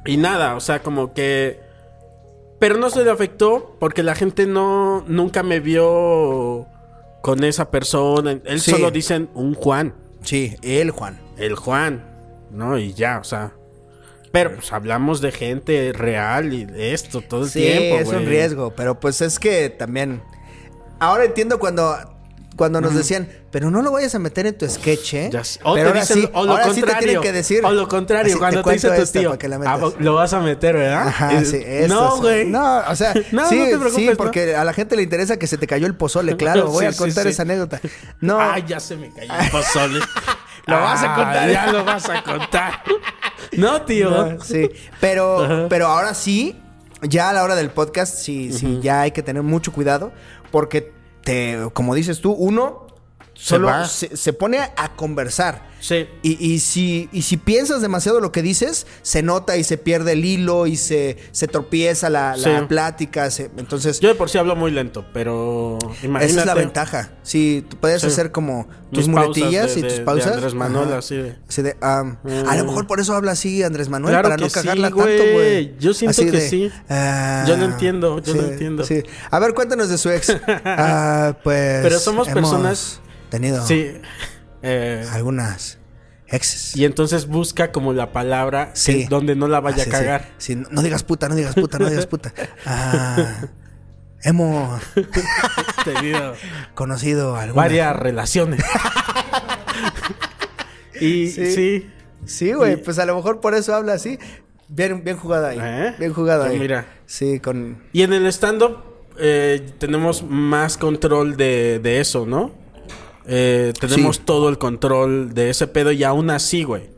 [SPEAKER 3] Y nada, o sea, como que. Pero no se le afectó porque la gente no. Nunca me vio con esa persona. Él
[SPEAKER 2] Sí.
[SPEAKER 3] solo dicen un Juan.
[SPEAKER 2] Sí, el Juan.
[SPEAKER 3] El Juan. ¿No? Y ya, o sea. Pero pues hablamos de gente real y de esto todo el
[SPEAKER 2] Sí,
[SPEAKER 3] tiempo.
[SPEAKER 2] es un
[SPEAKER 3] güey.
[SPEAKER 2] riesgo, pero pues es que también. Ahora entiendo cuando. Cuando nos decían, pero no lo vayas a meter en tu sketch, ¿eh?
[SPEAKER 3] Ya sé. O
[SPEAKER 2] pero
[SPEAKER 3] te dicen, o lo
[SPEAKER 2] ahora sí
[SPEAKER 3] contrario.
[SPEAKER 2] te tienen que decir.
[SPEAKER 3] O lo contrario,
[SPEAKER 2] así,
[SPEAKER 3] cuando te,
[SPEAKER 2] cuento
[SPEAKER 3] dice tu
[SPEAKER 2] esta
[SPEAKER 3] tío.
[SPEAKER 2] para que la
[SPEAKER 3] "Ah,
[SPEAKER 2] metas".
[SPEAKER 3] lo vas a meter, ¿verdad?
[SPEAKER 2] Ajá,
[SPEAKER 3] Y-
[SPEAKER 2] sí, esto
[SPEAKER 3] ¿Ah? Eh, no,
[SPEAKER 2] es-
[SPEAKER 3] güey.
[SPEAKER 2] No, o sea,
[SPEAKER 3] No,
[SPEAKER 2] sí,
[SPEAKER 3] no te
[SPEAKER 2] sí,
[SPEAKER 3] preocupes, ¿no?
[SPEAKER 2] porque a la gente le interesa que se te cayó el pozole, claro. Voy
[SPEAKER 3] Sí,
[SPEAKER 2] a
[SPEAKER 3] sí,
[SPEAKER 2] contar
[SPEAKER 3] sí.
[SPEAKER 2] esa anécdota. No,
[SPEAKER 3] Ay, "Ah, ya se me cayó el pozole.
[SPEAKER 2] Lo vas a
[SPEAKER 3] Ah,
[SPEAKER 2] contar.
[SPEAKER 3] Ya lo vas a contar. No, tío.
[SPEAKER 2] No, sí. Pero, pero ahora sí, ya a la hora del podcast, sí, sí, ya hay que tener mucho cuidado. Porque te, como dices tú, uno solo
[SPEAKER 3] va.
[SPEAKER 2] se, se pone a conversar.
[SPEAKER 3] Sí.
[SPEAKER 2] Y, y si, y si piensas demasiado lo que dices, se nota y se pierde el hilo y se, se tropieza la, la
[SPEAKER 3] Sí.
[SPEAKER 2] plática. se- entonces,
[SPEAKER 3] Yo de por sí hablo muy lento, pero imagínate.
[SPEAKER 2] esa es la ventaja. Sí, tú puedes
[SPEAKER 3] Sí.
[SPEAKER 2] hacer como tus
[SPEAKER 3] Mis pausas
[SPEAKER 2] muletillas
[SPEAKER 3] de-
[SPEAKER 2] y tus
[SPEAKER 3] de- de
[SPEAKER 2] pausas.
[SPEAKER 3] Andrés Manuel,
[SPEAKER 2] Ajá.
[SPEAKER 3] así de- Mm.
[SPEAKER 2] Así de, am, A lo mejor por eso habla así Andrés Manuel,
[SPEAKER 3] Claro
[SPEAKER 2] para no
[SPEAKER 3] que sí,
[SPEAKER 2] cagarla tanto,
[SPEAKER 3] güey.
[SPEAKER 2] güey.
[SPEAKER 3] Yo siento
[SPEAKER 2] Así
[SPEAKER 3] que
[SPEAKER 2] de,
[SPEAKER 3] sí.
[SPEAKER 2] ah,
[SPEAKER 3] Yo no entiendo, yo no entiendo.
[SPEAKER 2] sí. A ver, cuéntanos de su ex. Ah, pues.
[SPEAKER 3] Pero somos
[SPEAKER 2] hemos
[SPEAKER 3] personas-
[SPEAKER 2] Tenido
[SPEAKER 3] Sí. Eh,
[SPEAKER 2] algunas exes.
[SPEAKER 3] y entonces busca como la palabra
[SPEAKER 2] Sí.
[SPEAKER 3] en donde no la
[SPEAKER 2] Ah,
[SPEAKER 3] vaya
[SPEAKER 2] sí,
[SPEAKER 3] a cagar.
[SPEAKER 2] Sí, Sí, no, no digas puta, no digas puta, no digas puta. Ah, hemos
[SPEAKER 3] Tenido
[SPEAKER 2] conocido algunas.
[SPEAKER 3] varias relaciones. y
[SPEAKER 2] Sí.
[SPEAKER 3] sí.
[SPEAKER 2] Sí, güey,
[SPEAKER 3] Y-
[SPEAKER 2] pues a lo mejor por eso habla así. Bien, bien jugado ahí.
[SPEAKER 3] ¿Eh?
[SPEAKER 2] Bien jugado
[SPEAKER 3] Ah,
[SPEAKER 2] ahí.
[SPEAKER 3] mira.
[SPEAKER 2] Sí, con.
[SPEAKER 3] Y en el stand-up eh, tenemos más control de, de eso, ¿no? Eh, tenemos
[SPEAKER 2] Sí.
[SPEAKER 3] todo el control de ese pedo y aún así, güey.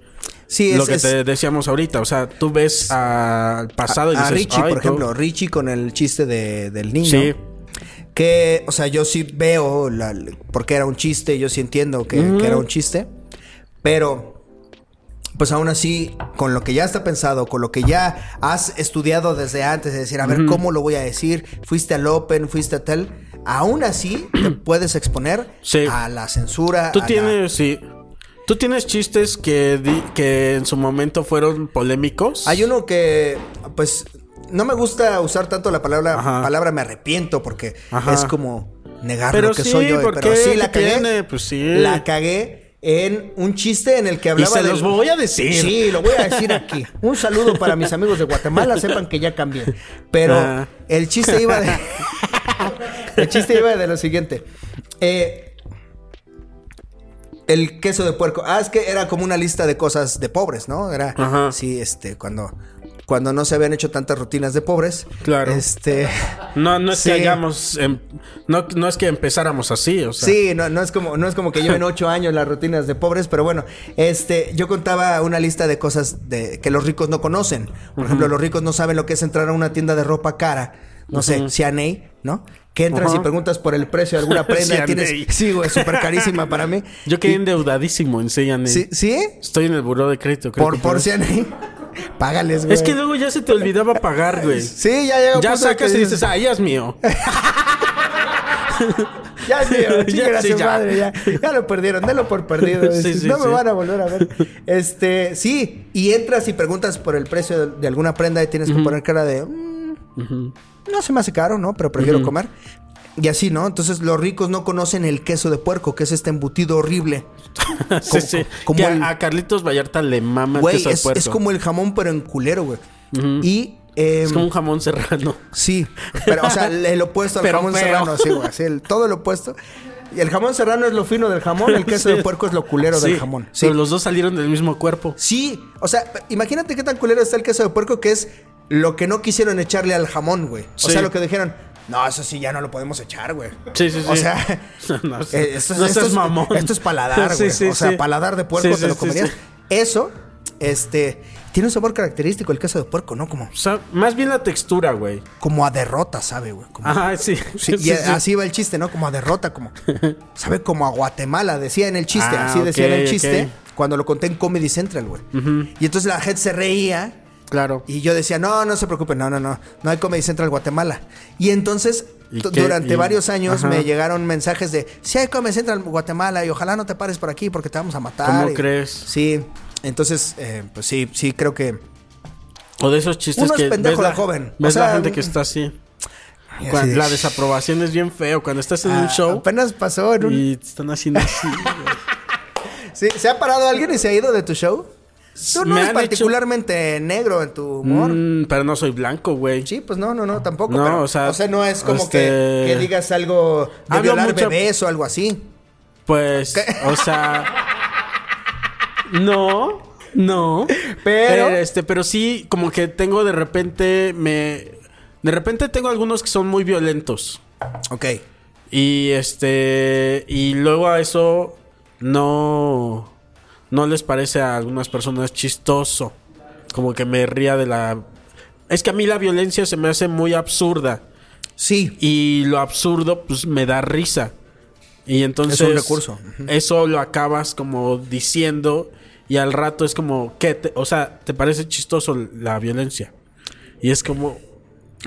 [SPEAKER 2] Sí,
[SPEAKER 3] lo
[SPEAKER 2] es,
[SPEAKER 3] que
[SPEAKER 2] es-
[SPEAKER 3] te decíamos ahorita. O sea, tú ves al pasado y
[SPEAKER 2] a
[SPEAKER 3] dices...
[SPEAKER 2] Richie,
[SPEAKER 3] "Ay,
[SPEAKER 2] por
[SPEAKER 3] tú".
[SPEAKER 2] ejemplo, Richie con el chiste de, del niño.
[SPEAKER 3] Sí.
[SPEAKER 2] Que, o sea, yo sí veo la, porque era un chiste, yo sí entiendo que, que era un chiste. Pero, pues aún así, con lo que ya está pensado, con lo que ya has estudiado desde antes, es decir, a ver cómo lo voy a decir, fuiste al Open, fuiste a tal, aún así te puedes exponer
[SPEAKER 3] Sí.
[SPEAKER 2] a la censura.
[SPEAKER 3] Tú
[SPEAKER 2] a la-
[SPEAKER 3] tienes... Sí. Tú tienes chistes que, di- que en su momento fueron polémicos.
[SPEAKER 2] Hay uno que, pues, no me gusta usar tanto la palabra,
[SPEAKER 3] Ajá.
[SPEAKER 2] palabra me arrepiento porque
[SPEAKER 3] Ajá.
[SPEAKER 2] es como negar
[SPEAKER 3] Pero
[SPEAKER 2] lo que
[SPEAKER 3] sí,
[SPEAKER 2] soy yo. eh,
[SPEAKER 3] ¿por
[SPEAKER 2] Pero
[SPEAKER 3] qué?
[SPEAKER 2] sí la
[SPEAKER 3] ¿Qué
[SPEAKER 2] cagué.
[SPEAKER 3] tiene? Pues sí.
[SPEAKER 2] La cagué en un chiste en el que hablaba
[SPEAKER 3] se
[SPEAKER 2] del-
[SPEAKER 3] los voy a decir.
[SPEAKER 2] Sí, lo voy a decir aquí. Un saludo para mis amigos de Guatemala, sepan que ya cambié. Pero
[SPEAKER 3] Ah.
[SPEAKER 2] el chiste iba de... el chiste iba de lo siguiente. Eh, el queso de puerco. Ah, es que era como una lista de cosas de pobres, ¿no? Era
[SPEAKER 3] Ajá.
[SPEAKER 2] sí, este, cuando cuando no se habían hecho tantas rutinas de pobres.
[SPEAKER 3] Claro.
[SPEAKER 2] Este,
[SPEAKER 3] No, no es que
[SPEAKER 2] Sí.
[SPEAKER 3] hayamos... em- no, no es que empezáramos así, o sea...
[SPEAKER 2] sí, no, no es como no es como que lleven ocho años las rutinas de pobres, pero bueno, este, yo contaba una lista de cosas de, que los ricos no conocen. Por ejemplo, los ricos no saben lo que es entrar a una tienda de ropa cara, no sé, Cianey, ¿no? Que entras y preguntas por el precio de alguna prenda y
[SPEAKER 3] Cianey.
[SPEAKER 2] tienes, sí, güey, súper carísima para mí.
[SPEAKER 3] Yo quedé endeudadísimo en C&A.
[SPEAKER 2] Sí, sí,
[SPEAKER 3] Estoy en el buró de crédito. creo
[SPEAKER 2] por
[SPEAKER 3] que
[SPEAKER 2] por
[SPEAKER 3] fue.
[SPEAKER 2] Cianey. Págales, güey. Eh,
[SPEAKER 3] Es que luego ya se te olvidaba pagar, güey.
[SPEAKER 2] Sí, ya llega un
[SPEAKER 3] Ya
[SPEAKER 2] punto en que
[SPEAKER 3] sacas y dices, ah, ya es mío.
[SPEAKER 2] Ya sí,
[SPEAKER 3] Ya,
[SPEAKER 2] chingar a
[SPEAKER 3] sí,
[SPEAKER 2] su
[SPEAKER 3] ya.
[SPEAKER 2] madre, ya. Ya lo perdieron, denlo por perdido.
[SPEAKER 3] Sí,
[SPEAKER 2] Es-
[SPEAKER 3] sí,
[SPEAKER 2] no me
[SPEAKER 3] sí.
[SPEAKER 2] van a volver a ver. Este, sí, y entras y preguntas por el precio de, de alguna prenda y tienes que poner cara de. "Mm, No se me hace caro, ¿no? Pero prefiero comer. Y así, ¿no? Entonces los ricos no conocen el queso de puerco, que es este embutido horrible.
[SPEAKER 3] sí, sí.
[SPEAKER 2] como
[SPEAKER 3] Que a-
[SPEAKER 2] el-
[SPEAKER 3] a Carlitos Vallarta le mama el
[SPEAKER 2] Güey,
[SPEAKER 3] queso de
[SPEAKER 2] es,
[SPEAKER 3] puerco.
[SPEAKER 2] es como el jamón, pero en culero, güey. Y
[SPEAKER 3] es
[SPEAKER 2] Em,
[SPEAKER 3] como un jamón serrano.
[SPEAKER 2] Sí, pero o sea, el, el opuesto al
[SPEAKER 3] Pero
[SPEAKER 2] jamón
[SPEAKER 3] feo.
[SPEAKER 2] serrano, sí, güey, sí, el- todo el opuesto. Y el jamón serrano es lo fino del jamón, el queso de puerco es lo culero
[SPEAKER 3] Sí,
[SPEAKER 2] del jamón. Sí.
[SPEAKER 3] Pero los dos salieron del mismo cuerpo.
[SPEAKER 2] sí, o sea, imagínate qué tan culero está el queso de puerco que es lo que no quisieron echarle al jamón, güey. O
[SPEAKER 3] Sí.
[SPEAKER 2] sea, lo que dijeron, no, eso sí ya no lo podemos echar, güey.
[SPEAKER 3] Sí, sí, sí.
[SPEAKER 2] O sea,
[SPEAKER 3] No, no,
[SPEAKER 2] eh, esto, es-
[SPEAKER 3] no
[SPEAKER 2] esto
[SPEAKER 3] seas
[SPEAKER 2] es
[SPEAKER 3] mamón.
[SPEAKER 2] Esto es paladar,
[SPEAKER 3] Sí,
[SPEAKER 2] güey.
[SPEAKER 3] sí,
[SPEAKER 2] o sea,
[SPEAKER 3] sí.
[SPEAKER 2] paladar de puerco
[SPEAKER 3] Sí,
[SPEAKER 2] te
[SPEAKER 3] sí,
[SPEAKER 2] lo
[SPEAKER 3] sí,
[SPEAKER 2] comerías.
[SPEAKER 3] sí.
[SPEAKER 2] Eso, este, tiene un sabor característico el queso de puerco, ¿no? Como,
[SPEAKER 3] O sea, más bien la textura, güey.
[SPEAKER 2] como a derrota, ¿sabe, güey? Como-
[SPEAKER 3] Ajá, sí.
[SPEAKER 2] Sí,
[SPEAKER 3] Sí,
[SPEAKER 2] y
[SPEAKER 3] sí.
[SPEAKER 2] así va el chiste, ¿no? Como a derrota, como. ¿Sabe? Como a Guatemala, decía en el chiste.
[SPEAKER 3] Ah,
[SPEAKER 2] así decía en
[SPEAKER 3] ok,
[SPEAKER 2] el chiste
[SPEAKER 3] ok.
[SPEAKER 2] cuando lo conté en Comedy Central, güey. Y entonces la gente se reía.
[SPEAKER 3] Claro.
[SPEAKER 2] Y yo decía, no, no se preocupen, no, no, no, no hay Comedy Central Guatemala. Y entonces,
[SPEAKER 3] ¿Y
[SPEAKER 2] tu-
[SPEAKER 3] qué?
[SPEAKER 2] durante
[SPEAKER 3] Y-
[SPEAKER 2] varios años
[SPEAKER 3] Ajá.
[SPEAKER 2] me llegaron mensajes de, sí hay Comedy Central Guatemala y ojalá no te pares por aquí porque te vamos a matar.
[SPEAKER 3] ¿Cómo
[SPEAKER 2] Y-
[SPEAKER 3] crees?
[SPEAKER 2] Sí, entonces, eh, pues sí, sí, creo que...
[SPEAKER 3] O de esos chistes
[SPEAKER 2] Uno es
[SPEAKER 3] que
[SPEAKER 2] pendejo
[SPEAKER 3] la,
[SPEAKER 2] la joven. O
[SPEAKER 3] ves la
[SPEAKER 2] sea,
[SPEAKER 3] gente que está así.
[SPEAKER 2] Y
[SPEAKER 3] Cuan-
[SPEAKER 2] así de-
[SPEAKER 3] la desaprobación es bien feo. Cuando estás en un
[SPEAKER 2] Ah,
[SPEAKER 3] show
[SPEAKER 2] Apenas pasó en un...
[SPEAKER 3] y te están haciendo así. güey.
[SPEAKER 2] Sí, ¿Se ha parado alguien y se ha ido de tu show? Tú no
[SPEAKER 3] Me
[SPEAKER 2] eres
[SPEAKER 3] han hecho-
[SPEAKER 2] particularmente negro en tu humor.
[SPEAKER 3] Mm, pero no soy blanco, güey.
[SPEAKER 2] Sí, pues no, no, no, tampoco.
[SPEAKER 3] No,
[SPEAKER 2] pero,
[SPEAKER 3] o sea,
[SPEAKER 2] no es como
[SPEAKER 3] este-
[SPEAKER 2] que, que digas algo de
[SPEAKER 3] Hablo
[SPEAKER 2] violar
[SPEAKER 3] mucho-
[SPEAKER 2] bebés o algo así.
[SPEAKER 3] Pues, o sea. No, no.
[SPEAKER 2] Pero-
[SPEAKER 3] Eh, este, pero sí, como que tengo de repente. Me. De repente tengo algunos que son muy violentos.
[SPEAKER 2] Ok.
[SPEAKER 3] Y este. Y luego a eso. No. No les parece a algunas personas chistoso. Como que me ría de la. Es que a mí la violencia se me hace muy absurda.
[SPEAKER 2] Sí.
[SPEAKER 3] Y lo absurdo, pues me da risa. Y entonces.
[SPEAKER 2] Es un recurso.
[SPEAKER 3] Eso lo acabas como diciendo. Y al rato es como. ¿qué te- o sea, ¿te parece chistoso la violencia? Y es como.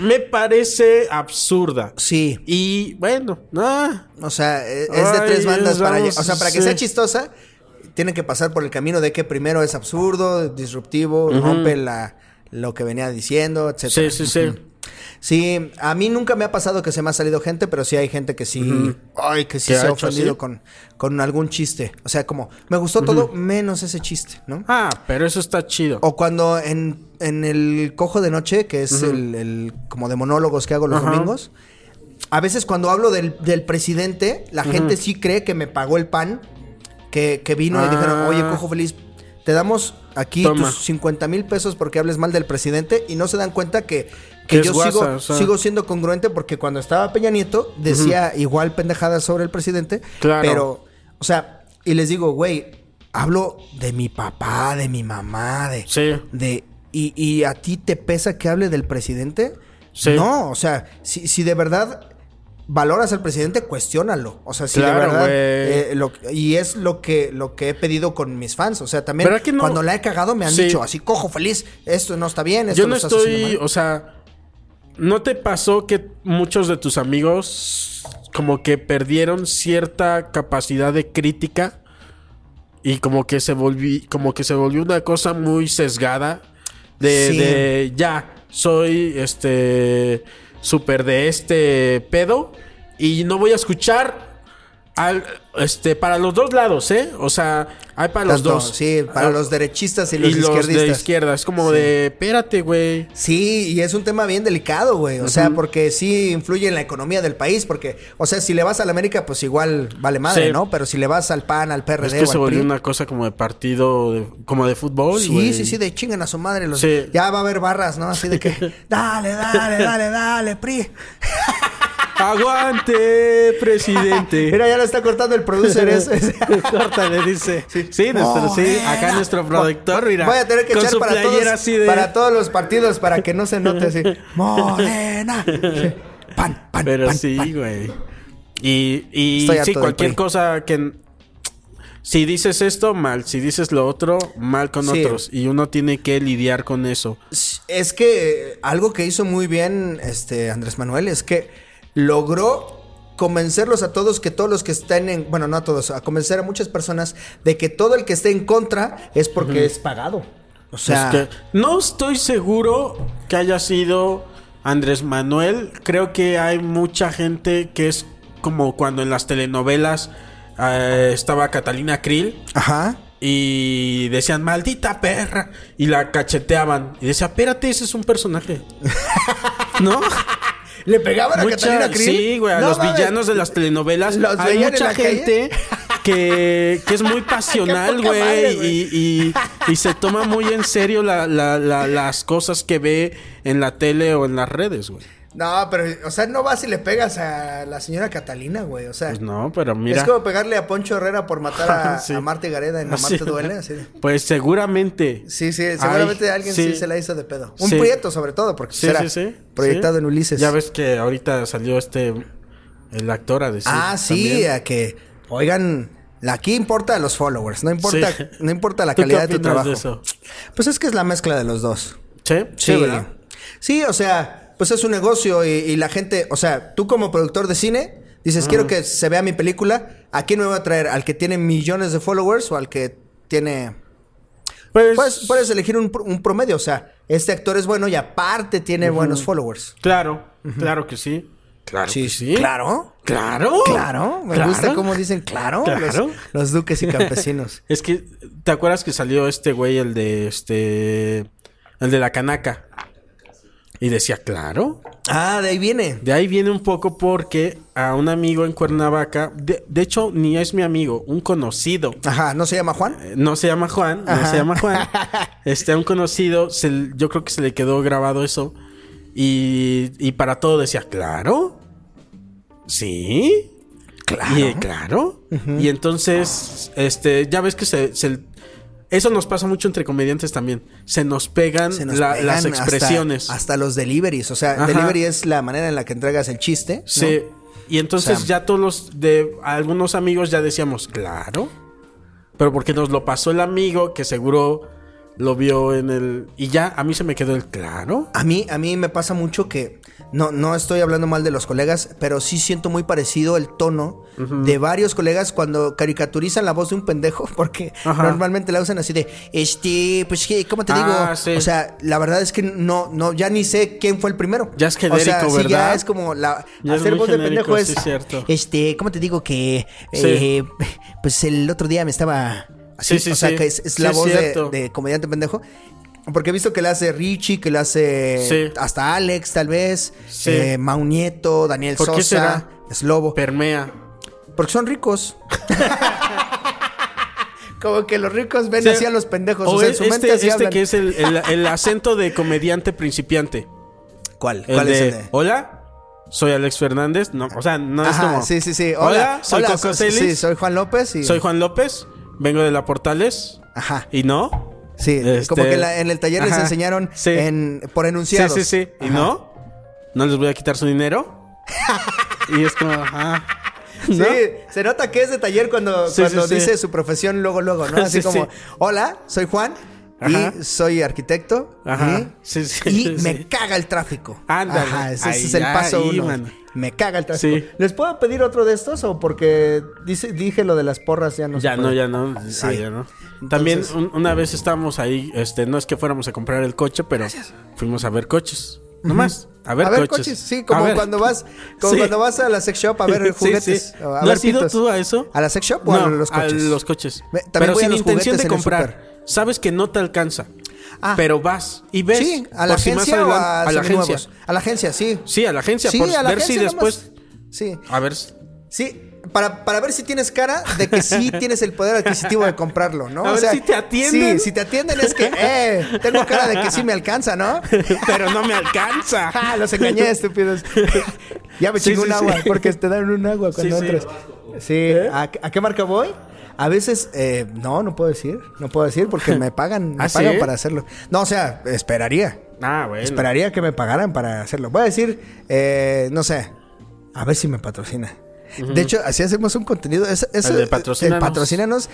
[SPEAKER 3] Me parece absurda.
[SPEAKER 2] Sí.
[SPEAKER 3] Y bueno, ah,
[SPEAKER 2] O sea, e- es de
[SPEAKER 3] Ay,
[SPEAKER 2] tres bandas
[SPEAKER 3] es-
[SPEAKER 2] para
[SPEAKER 3] vamos,
[SPEAKER 2] allá. O sea, para que
[SPEAKER 3] sí.
[SPEAKER 2] sea chistosa, tiene que pasar por el camino de que primero es absurdo, disruptivo, rompe la, lo que venía diciendo, etc.
[SPEAKER 3] sí, sí, sí.
[SPEAKER 2] Sí, a mí nunca me ha pasado que se me ha salido gente, pero sí hay gente que sí, ay, que sí
[SPEAKER 3] ¿Que
[SPEAKER 2] se
[SPEAKER 3] ha
[SPEAKER 2] ha
[SPEAKER 3] hecho
[SPEAKER 2] ofendido
[SPEAKER 3] así?
[SPEAKER 2] con, con algún chiste. O sea, como, me gustó todo menos ese chiste, ¿no?
[SPEAKER 3] Ah, pero eso está chido.
[SPEAKER 2] O cuando en, en el cojo de noche, que es el, el- como de monólogos que hago los
[SPEAKER 3] Ajá.
[SPEAKER 2] domingos, a veces cuando hablo del, del presidente, la gente sí cree que me pagó el pan, que, que vino y
[SPEAKER 3] Ah.
[SPEAKER 2] dijeron, oye, cojo feliz, te damos aquí
[SPEAKER 3] Toma.
[SPEAKER 2] tus 50 mil pesos porque hables mal del presidente y no se dan cuenta que,
[SPEAKER 3] Que
[SPEAKER 2] que
[SPEAKER 3] es
[SPEAKER 2] yo
[SPEAKER 3] guasa,
[SPEAKER 2] sigo,
[SPEAKER 3] o sea.
[SPEAKER 2] sigo siendo congruente porque cuando estaba Peña Nieto decía igual pendejadas sobre el presidente,
[SPEAKER 3] Claro.
[SPEAKER 2] pero, o sea, y les digo, güey. Hablo de mi papá, de mi mamá, de,
[SPEAKER 3] Sí.
[SPEAKER 2] de y, y a ti te pesa que hable del presidente?
[SPEAKER 3] Sí.
[SPEAKER 2] No, o sea, si, si de verdad valoras al presidente, cuestiónalo. O sea, si de
[SPEAKER 3] Claro,
[SPEAKER 2] verdad
[SPEAKER 3] güey.
[SPEAKER 2] eh, lo- y es lo que lo que he pedido con mis fans, o sea, también
[SPEAKER 3] ¿Verdad que no?
[SPEAKER 2] cuando la he cagado me han
[SPEAKER 3] Sí.
[SPEAKER 2] dicho, así cojo feliz, esto no está bien, esto
[SPEAKER 3] Yo
[SPEAKER 2] lo
[SPEAKER 3] no
[SPEAKER 2] estás haciendo
[SPEAKER 3] estoy,
[SPEAKER 2] mal".
[SPEAKER 3] o sea, ¿no te pasó que muchos de tus amigos como que perdieron cierta capacidad de crítica y como que se volví, como que se volvió una cosa muy sesgada de,
[SPEAKER 2] Sí.
[SPEAKER 3] de, ya soy este súper de este pedo y no voy a escuchar al, este para los dos lados, ¿eh? O sea, hay para los
[SPEAKER 2] Tanto,
[SPEAKER 3] dos.
[SPEAKER 2] Sí, para
[SPEAKER 3] Ah,
[SPEAKER 2] los derechistas y los
[SPEAKER 3] y los
[SPEAKER 2] izquierdistas.
[SPEAKER 3] de izquierda. Es como de, espérate, güey.
[SPEAKER 2] Sí, y es un tema bien delicado, güey. O sea, porque sí influye en la economía del país. Porque, o sea, si le vas a la América, pues igual vale madre,
[SPEAKER 3] Sí.
[SPEAKER 2] ¿no? Pero si le vas al PAN, al PRD
[SPEAKER 3] Es que
[SPEAKER 2] o
[SPEAKER 3] se
[SPEAKER 2] al
[SPEAKER 3] volvió
[SPEAKER 2] PRI,
[SPEAKER 3] una cosa como de partido, de- como de fútbol.
[SPEAKER 2] Sí,
[SPEAKER 3] güey.
[SPEAKER 2] sí, sí, de chingan a su madre. Los,
[SPEAKER 3] Sí.
[SPEAKER 2] Ya va a haber barras, ¿no? Así de que, dale, dale, dale, dale, PRI.
[SPEAKER 3] ¡Aguante, presidente!
[SPEAKER 2] Mira, ya lo está cortando el producer ese.
[SPEAKER 3] Córtale, dice. Sí, nuestro,
[SPEAKER 2] No,
[SPEAKER 3] sí.
[SPEAKER 2] eh,
[SPEAKER 3] Acá
[SPEAKER 2] no.
[SPEAKER 3] nuestro productor, mira.
[SPEAKER 2] Voy a tener que
[SPEAKER 3] con
[SPEAKER 2] echar
[SPEAKER 3] su
[SPEAKER 2] para
[SPEAKER 3] playera
[SPEAKER 2] todos,
[SPEAKER 3] así de...
[SPEAKER 2] para todos los partidos para que no se note así. Morena. Sí. Pan, pan,
[SPEAKER 3] Pero
[SPEAKER 2] pan,
[SPEAKER 3] sí,
[SPEAKER 2] pan.
[SPEAKER 3] güey. Y, y
[SPEAKER 2] Estoy harto
[SPEAKER 3] sí,
[SPEAKER 2] del
[SPEAKER 3] cualquier
[SPEAKER 2] PRI.
[SPEAKER 3] cosa que... Si dices esto, mal. Si dices lo otro, mal con
[SPEAKER 2] Sí.
[SPEAKER 3] otros. Y uno tiene que lidiar con eso.
[SPEAKER 2] Es que eh, algo que hizo muy bien este Andrés Manuel es que logró convencerlos a todos que todos los que estén en, bueno, no a todos, a convencer a muchas personas de que todo el que esté en contra es porque es pagado. O sea,
[SPEAKER 3] Es que no estoy seguro que haya sido Andrés Manuel. Creo que hay mucha gente que es como cuando en las telenovelas eh, estaba Catalina Krill
[SPEAKER 2] ajá.
[SPEAKER 3] Y decían, maldita perra. Y la cacheteaban. Y decía, espérate, ese es un personaje. ¿No?
[SPEAKER 2] ¿Le pegaban a
[SPEAKER 3] Mucha-
[SPEAKER 2] Catalina Ah, Krill?
[SPEAKER 3] Sí, güey, a
[SPEAKER 2] No
[SPEAKER 3] los
[SPEAKER 2] mames.
[SPEAKER 3] villanos de las telenovelas.
[SPEAKER 2] Los
[SPEAKER 3] hay
[SPEAKER 2] veían en
[SPEAKER 3] mucha
[SPEAKER 2] la calle.
[SPEAKER 3] gente que, que es muy pasional,
[SPEAKER 2] Qué poca madre,
[SPEAKER 3] güey,
[SPEAKER 2] güey.
[SPEAKER 3] y, y- y se toma muy en serio la- la- la- las cosas que ve en la tele o en las redes, güey.
[SPEAKER 2] No, pero, o sea, no vas y le pegas a la señora Catalina, güey. O sea,
[SPEAKER 3] Pues no, pero mira.
[SPEAKER 2] es como pegarle a Poncho Herrera por matar a,
[SPEAKER 3] Sí.
[SPEAKER 2] a Marte Gareda en
[SPEAKER 3] Así-
[SPEAKER 2] Amarte Duele. así de-
[SPEAKER 3] Pues seguramente.
[SPEAKER 2] Sí, sí, seguramente
[SPEAKER 3] Ay,
[SPEAKER 2] alguien sí. se la hizo de pedo. Un
[SPEAKER 3] Sí.
[SPEAKER 2] prieto, sobre todo, porque
[SPEAKER 3] Sí,
[SPEAKER 2] será
[SPEAKER 3] sí, sí.
[SPEAKER 2] proyectado
[SPEAKER 3] Sí.
[SPEAKER 2] en Ulises.
[SPEAKER 3] Ya ves que ahorita salió este. El actor a decir.
[SPEAKER 2] ah, sí,
[SPEAKER 3] también.
[SPEAKER 2] a que, oigan, la- aquí importa los followers, no importa,
[SPEAKER 3] Sí.
[SPEAKER 2] no importa la
[SPEAKER 3] ¿Tú qué
[SPEAKER 2] calidad de tu
[SPEAKER 3] opinas
[SPEAKER 2] trabajo.
[SPEAKER 3] de eso?
[SPEAKER 2] Pues es que es la mezcla de los dos.
[SPEAKER 3] ¿Sí?
[SPEAKER 2] Sí,
[SPEAKER 3] ¿verdad?
[SPEAKER 2] sí, o sea, pues es un negocio y, y la gente, o sea, tú como productor de cine dices, quiero que se vea mi película, ¿a quién me voy a traer? ¿Al que tiene millones de followers o al que tiene...
[SPEAKER 3] Pues,
[SPEAKER 2] Puedes, puedes elegir un, pr- un promedio, o sea, este actor es bueno y aparte tiene buenos followers.
[SPEAKER 3] claro, claro que sí. Claro
[SPEAKER 2] Sí,
[SPEAKER 3] que sí.
[SPEAKER 2] Claro.
[SPEAKER 3] Claro.
[SPEAKER 2] Claro, me
[SPEAKER 3] Claro.
[SPEAKER 2] gusta cómo dicen claro, los-
[SPEAKER 3] Claro.
[SPEAKER 2] Los, duques y campesinos.
[SPEAKER 3] Es que, ¿te acuerdas que salió este güey, el de este. El de la canaca? Y decía, claro.
[SPEAKER 2] Ah, de ahí viene.
[SPEAKER 3] De ahí viene un poco porque a un amigo en Cuernavaca, de, de hecho, ni es mi amigo, un conocido.
[SPEAKER 2] Ajá, ¿no se llama Juan?
[SPEAKER 3] eh, No se llama Juan, no se llama Juan. Este, a un conocido, se l- yo creo que se le quedó grabado eso. Y, y para todo decía, claro. Sí. Claro. Y, eh, claro. Y entonces, este, ya ves que se, se- Eso nos pasa mucho entre comediantes también. Se nos pegan,
[SPEAKER 2] Se nos
[SPEAKER 3] la-
[SPEAKER 2] pegan
[SPEAKER 3] las
[SPEAKER 2] hasta-
[SPEAKER 3] expresiones.
[SPEAKER 2] Hasta, los deliveries. O sea,
[SPEAKER 3] Ajá.
[SPEAKER 2] delivery es la manera en la que entregas el chiste. ¿no?
[SPEAKER 3] Sí. Y entonces
[SPEAKER 2] O sea-
[SPEAKER 3] ya todos los de algunos amigos ya decíamos, claro. Pero porque nos lo pasó el amigo que seguro lo vio en el. Y ya a mí se me quedó el claro.
[SPEAKER 2] A mí, a mí me pasa mucho que no, no estoy hablando mal de los colegas, pero sí siento muy parecido el tono de varios colegas cuando caricaturizan la voz de un pendejo, porque
[SPEAKER 3] Ajá.
[SPEAKER 2] normalmente la usan así de este, pues ¿qué? ¿cómo te
[SPEAKER 3] Ah,
[SPEAKER 2] digo?
[SPEAKER 3] sí.
[SPEAKER 2] O sea, la verdad es que no, no, ya ni sé quién fue el primero.
[SPEAKER 3] Ya es
[SPEAKER 2] o sea,
[SPEAKER 3] genérico,
[SPEAKER 2] sí,
[SPEAKER 3] ¿verdad?
[SPEAKER 2] ya es como la
[SPEAKER 3] Ya es
[SPEAKER 2] hacer
[SPEAKER 3] muy
[SPEAKER 2] voz
[SPEAKER 3] genérico,
[SPEAKER 2] de pendejo es
[SPEAKER 3] sí, cierto.
[SPEAKER 2] este, ¿cómo te digo que
[SPEAKER 3] Sí.
[SPEAKER 2] eh, pues el otro día me estaba así,
[SPEAKER 3] Sí, sí,
[SPEAKER 2] o sea,
[SPEAKER 3] sí.
[SPEAKER 2] que es, es
[SPEAKER 3] Sí,
[SPEAKER 2] la
[SPEAKER 3] es
[SPEAKER 2] voz de-
[SPEAKER 3] cierto.
[SPEAKER 2] de comediante pendejo. Porque he visto que la hace Richie, que la hace
[SPEAKER 3] Sí.
[SPEAKER 2] hasta Alex, tal vez.
[SPEAKER 3] Sí.
[SPEAKER 2] eh, Mau Nieto, Daniel
[SPEAKER 3] ¿Por
[SPEAKER 2] Sosa,
[SPEAKER 3] qué será?
[SPEAKER 2] Es Lobo.
[SPEAKER 3] Permea.
[SPEAKER 2] Porque son ricos. Como que los ricos ven
[SPEAKER 3] Sí.
[SPEAKER 2] así a los pendejos. O,
[SPEAKER 3] O
[SPEAKER 2] sea,
[SPEAKER 3] e-
[SPEAKER 2] en su
[SPEAKER 3] este,
[SPEAKER 2] mente así
[SPEAKER 3] este
[SPEAKER 2] hablan.
[SPEAKER 3] que es el, el- el acento de comediante principiante.
[SPEAKER 2] ¿Cuál?
[SPEAKER 3] El
[SPEAKER 2] ¿Cuál
[SPEAKER 3] de,
[SPEAKER 2] es el de?
[SPEAKER 3] Hola, soy Alex Fernández. No, o sea, no es
[SPEAKER 2] Ajá,
[SPEAKER 3] como.
[SPEAKER 2] sí, sí, sí.
[SPEAKER 3] Hola, soy Coco
[SPEAKER 2] so-
[SPEAKER 3] Celis.
[SPEAKER 2] Sí, soy Juan López y...
[SPEAKER 3] Soy Juan López. Vengo de la Portales.
[SPEAKER 2] Ajá.
[SPEAKER 3] Y no.
[SPEAKER 2] Sí, como
[SPEAKER 3] Este,
[SPEAKER 2] que la- en el taller les
[SPEAKER 3] ajá,
[SPEAKER 2] enseñaron
[SPEAKER 3] sí.
[SPEAKER 2] en, por enunciados.
[SPEAKER 3] Sí, sí, sí. ¿Y
[SPEAKER 2] Ajá.
[SPEAKER 3] no? ¿No les voy a quitar su dinero? y es como, ajá. ¿No?
[SPEAKER 2] Sí, se nota que es de taller cuando,
[SPEAKER 3] Sí,
[SPEAKER 2] cuando
[SPEAKER 3] sí, sí.
[SPEAKER 2] dice su profesión luego, luego, ¿no? Así
[SPEAKER 3] Sí,
[SPEAKER 2] como,
[SPEAKER 3] sí.
[SPEAKER 2] hola, soy Juan
[SPEAKER 3] Ajá.
[SPEAKER 2] y soy arquitecto
[SPEAKER 3] Ajá.
[SPEAKER 2] y-
[SPEAKER 3] Sí, sí,
[SPEAKER 2] y
[SPEAKER 3] sí,
[SPEAKER 2] me
[SPEAKER 3] sí.
[SPEAKER 2] caga el tráfico.
[SPEAKER 3] Ándale.
[SPEAKER 2] Ajá, ese, ese
[SPEAKER 3] Ahí,
[SPEAKER 2] es el
[SPEAKER 3] ya,
[SPEAKER 2] paso
[SPEAKER 3] ahí,
[SPEAKER 2] uno.
[SPEAKER 3] mano.
[SPEAKER 2] Me caga el tráfico.
[SPEAKER 3] Sí.
[SPEAKER 2] ¿Les puedo pedir otro de estos o porque dice, dije lo de las porras ya no se
[SPEAKER 3] Ya no,
[SPEAKER 2] puede?
[SPEAKER 3] ya no. Ah,
[SPEAKER 2] pues, Sí.
[SPEAKER 3] ya no. También
[SPEAKER 2] Entonces-
[SPEAKER 3] un- una vez estábamos ahí, este, no es que fuéramos a comprar el coche, pero fuimos a ver coches. Nomás, a ver,
[SPEAKER 2] A ver,
[SPEAKER 3] coches.
[SPEAKER 2] coches. Sí,
[SPEAKER 3] A
[SPEAKER 2] como
[SPEAKER 3] ver.
[SPEAKER 2] cuando vas como
[SPEAKER 3] Sí.
[SPEAKER 2] cuando vas a la sex shop a ver
[SPEAKER 3] Sí,
[SPEAKER 2] juguetes.
[SPEAKER 3] sí.
[SPEAKER 2] o a
[SPEAKER 3] ¿No
[SPEAKER 2] ver
[SPEAKER 3] has ido
[SPEAKER 2] pitos.
[SPEAKER 3] tú a eso?
[SPEAKER 2] ¿A la sex shop o a los coches?
[SPEAKER 3] A los coches.
[SPEAKER 2] Me- también
[SPEAKER 3] Pero
[SPEAKER 2] voy a
[SPEAKER 3] sin
[SPEAKER 2] los
[SPEAKER 3] intención
[SPEAKER 2] juguetes
[SPEAKER 3] de
[SPEAKER 2] en el
[SPEAKER 3] comprar. Sabes que no te alcanza.
[SPEAKER 2] Ah.
[SPEAKER 3] Pero vas y ves.
[SPEAKER 2] Sí, a la
[SPEAKER 3] por si más
[SPEAKER 2] agencia o
[SPEAKER 3] adelante-
[SPEAKER 2] a,
[SPEAKER 3] a la agencia.
[SPEAKER 2] seminuevos? A la agencia, sí.
[SPEAKER 3] Sí, a la agencia. por ver si
[SPEAKER 2] agencia nomás.
[SPEAKER 3] después.
[SPEAKER 2] Sí.
[SPEAKER 3] A ver. si-
[SPEAKER 2] Sí, para, para ver si tienes cara de que sí tienes el poder adquisitivo de comprarlo, ¿no?
[SPEAKER 3] A ver si te atienden.
[SPEAKER 2] Sí, si te atienden es que, eh, tengo cara de que sí me alcanza, ¿no?
[SPEAKER 3] Pero no me alcanza.
[SPEAKER 2] Ah, los engañé, estúpidos. ya me
[SPEAKER 3] Sí,
[SPEAKER 2] chingo
[SPEAKER 3] sí,
[SPEAKER 2] un
[SPEAKER 3] sí.
[SPEAKER 2] agua, porque te dan un agua cuando
[SPEAKER 3] Sí, ¿Eh? sí.
[SPEAKER 2] entras. Sí, ¿A, a qué marca voy? A veces, eh, no, no puedo decir. No puedo decir porque me pagan, me
[SPEAKER 3] ¿Ah,
[SPEAKER 2] pagan
[SPEAKER 3] sí?
[SPEAKER 2] para hacerlo. No, o sea, esperaría.
[SPEAKER 3] Ah, bueno.
[SPEAKER 2] Esperaría que me pagaran para hacerlo. Voy a decir, eh, no sé, a ver si me patrocina. De hecho, así hacemos un contenido. Es, es-
[SPEAKER 3] El de patrocínanos.
[SPEAKER 2] el patrocínanos,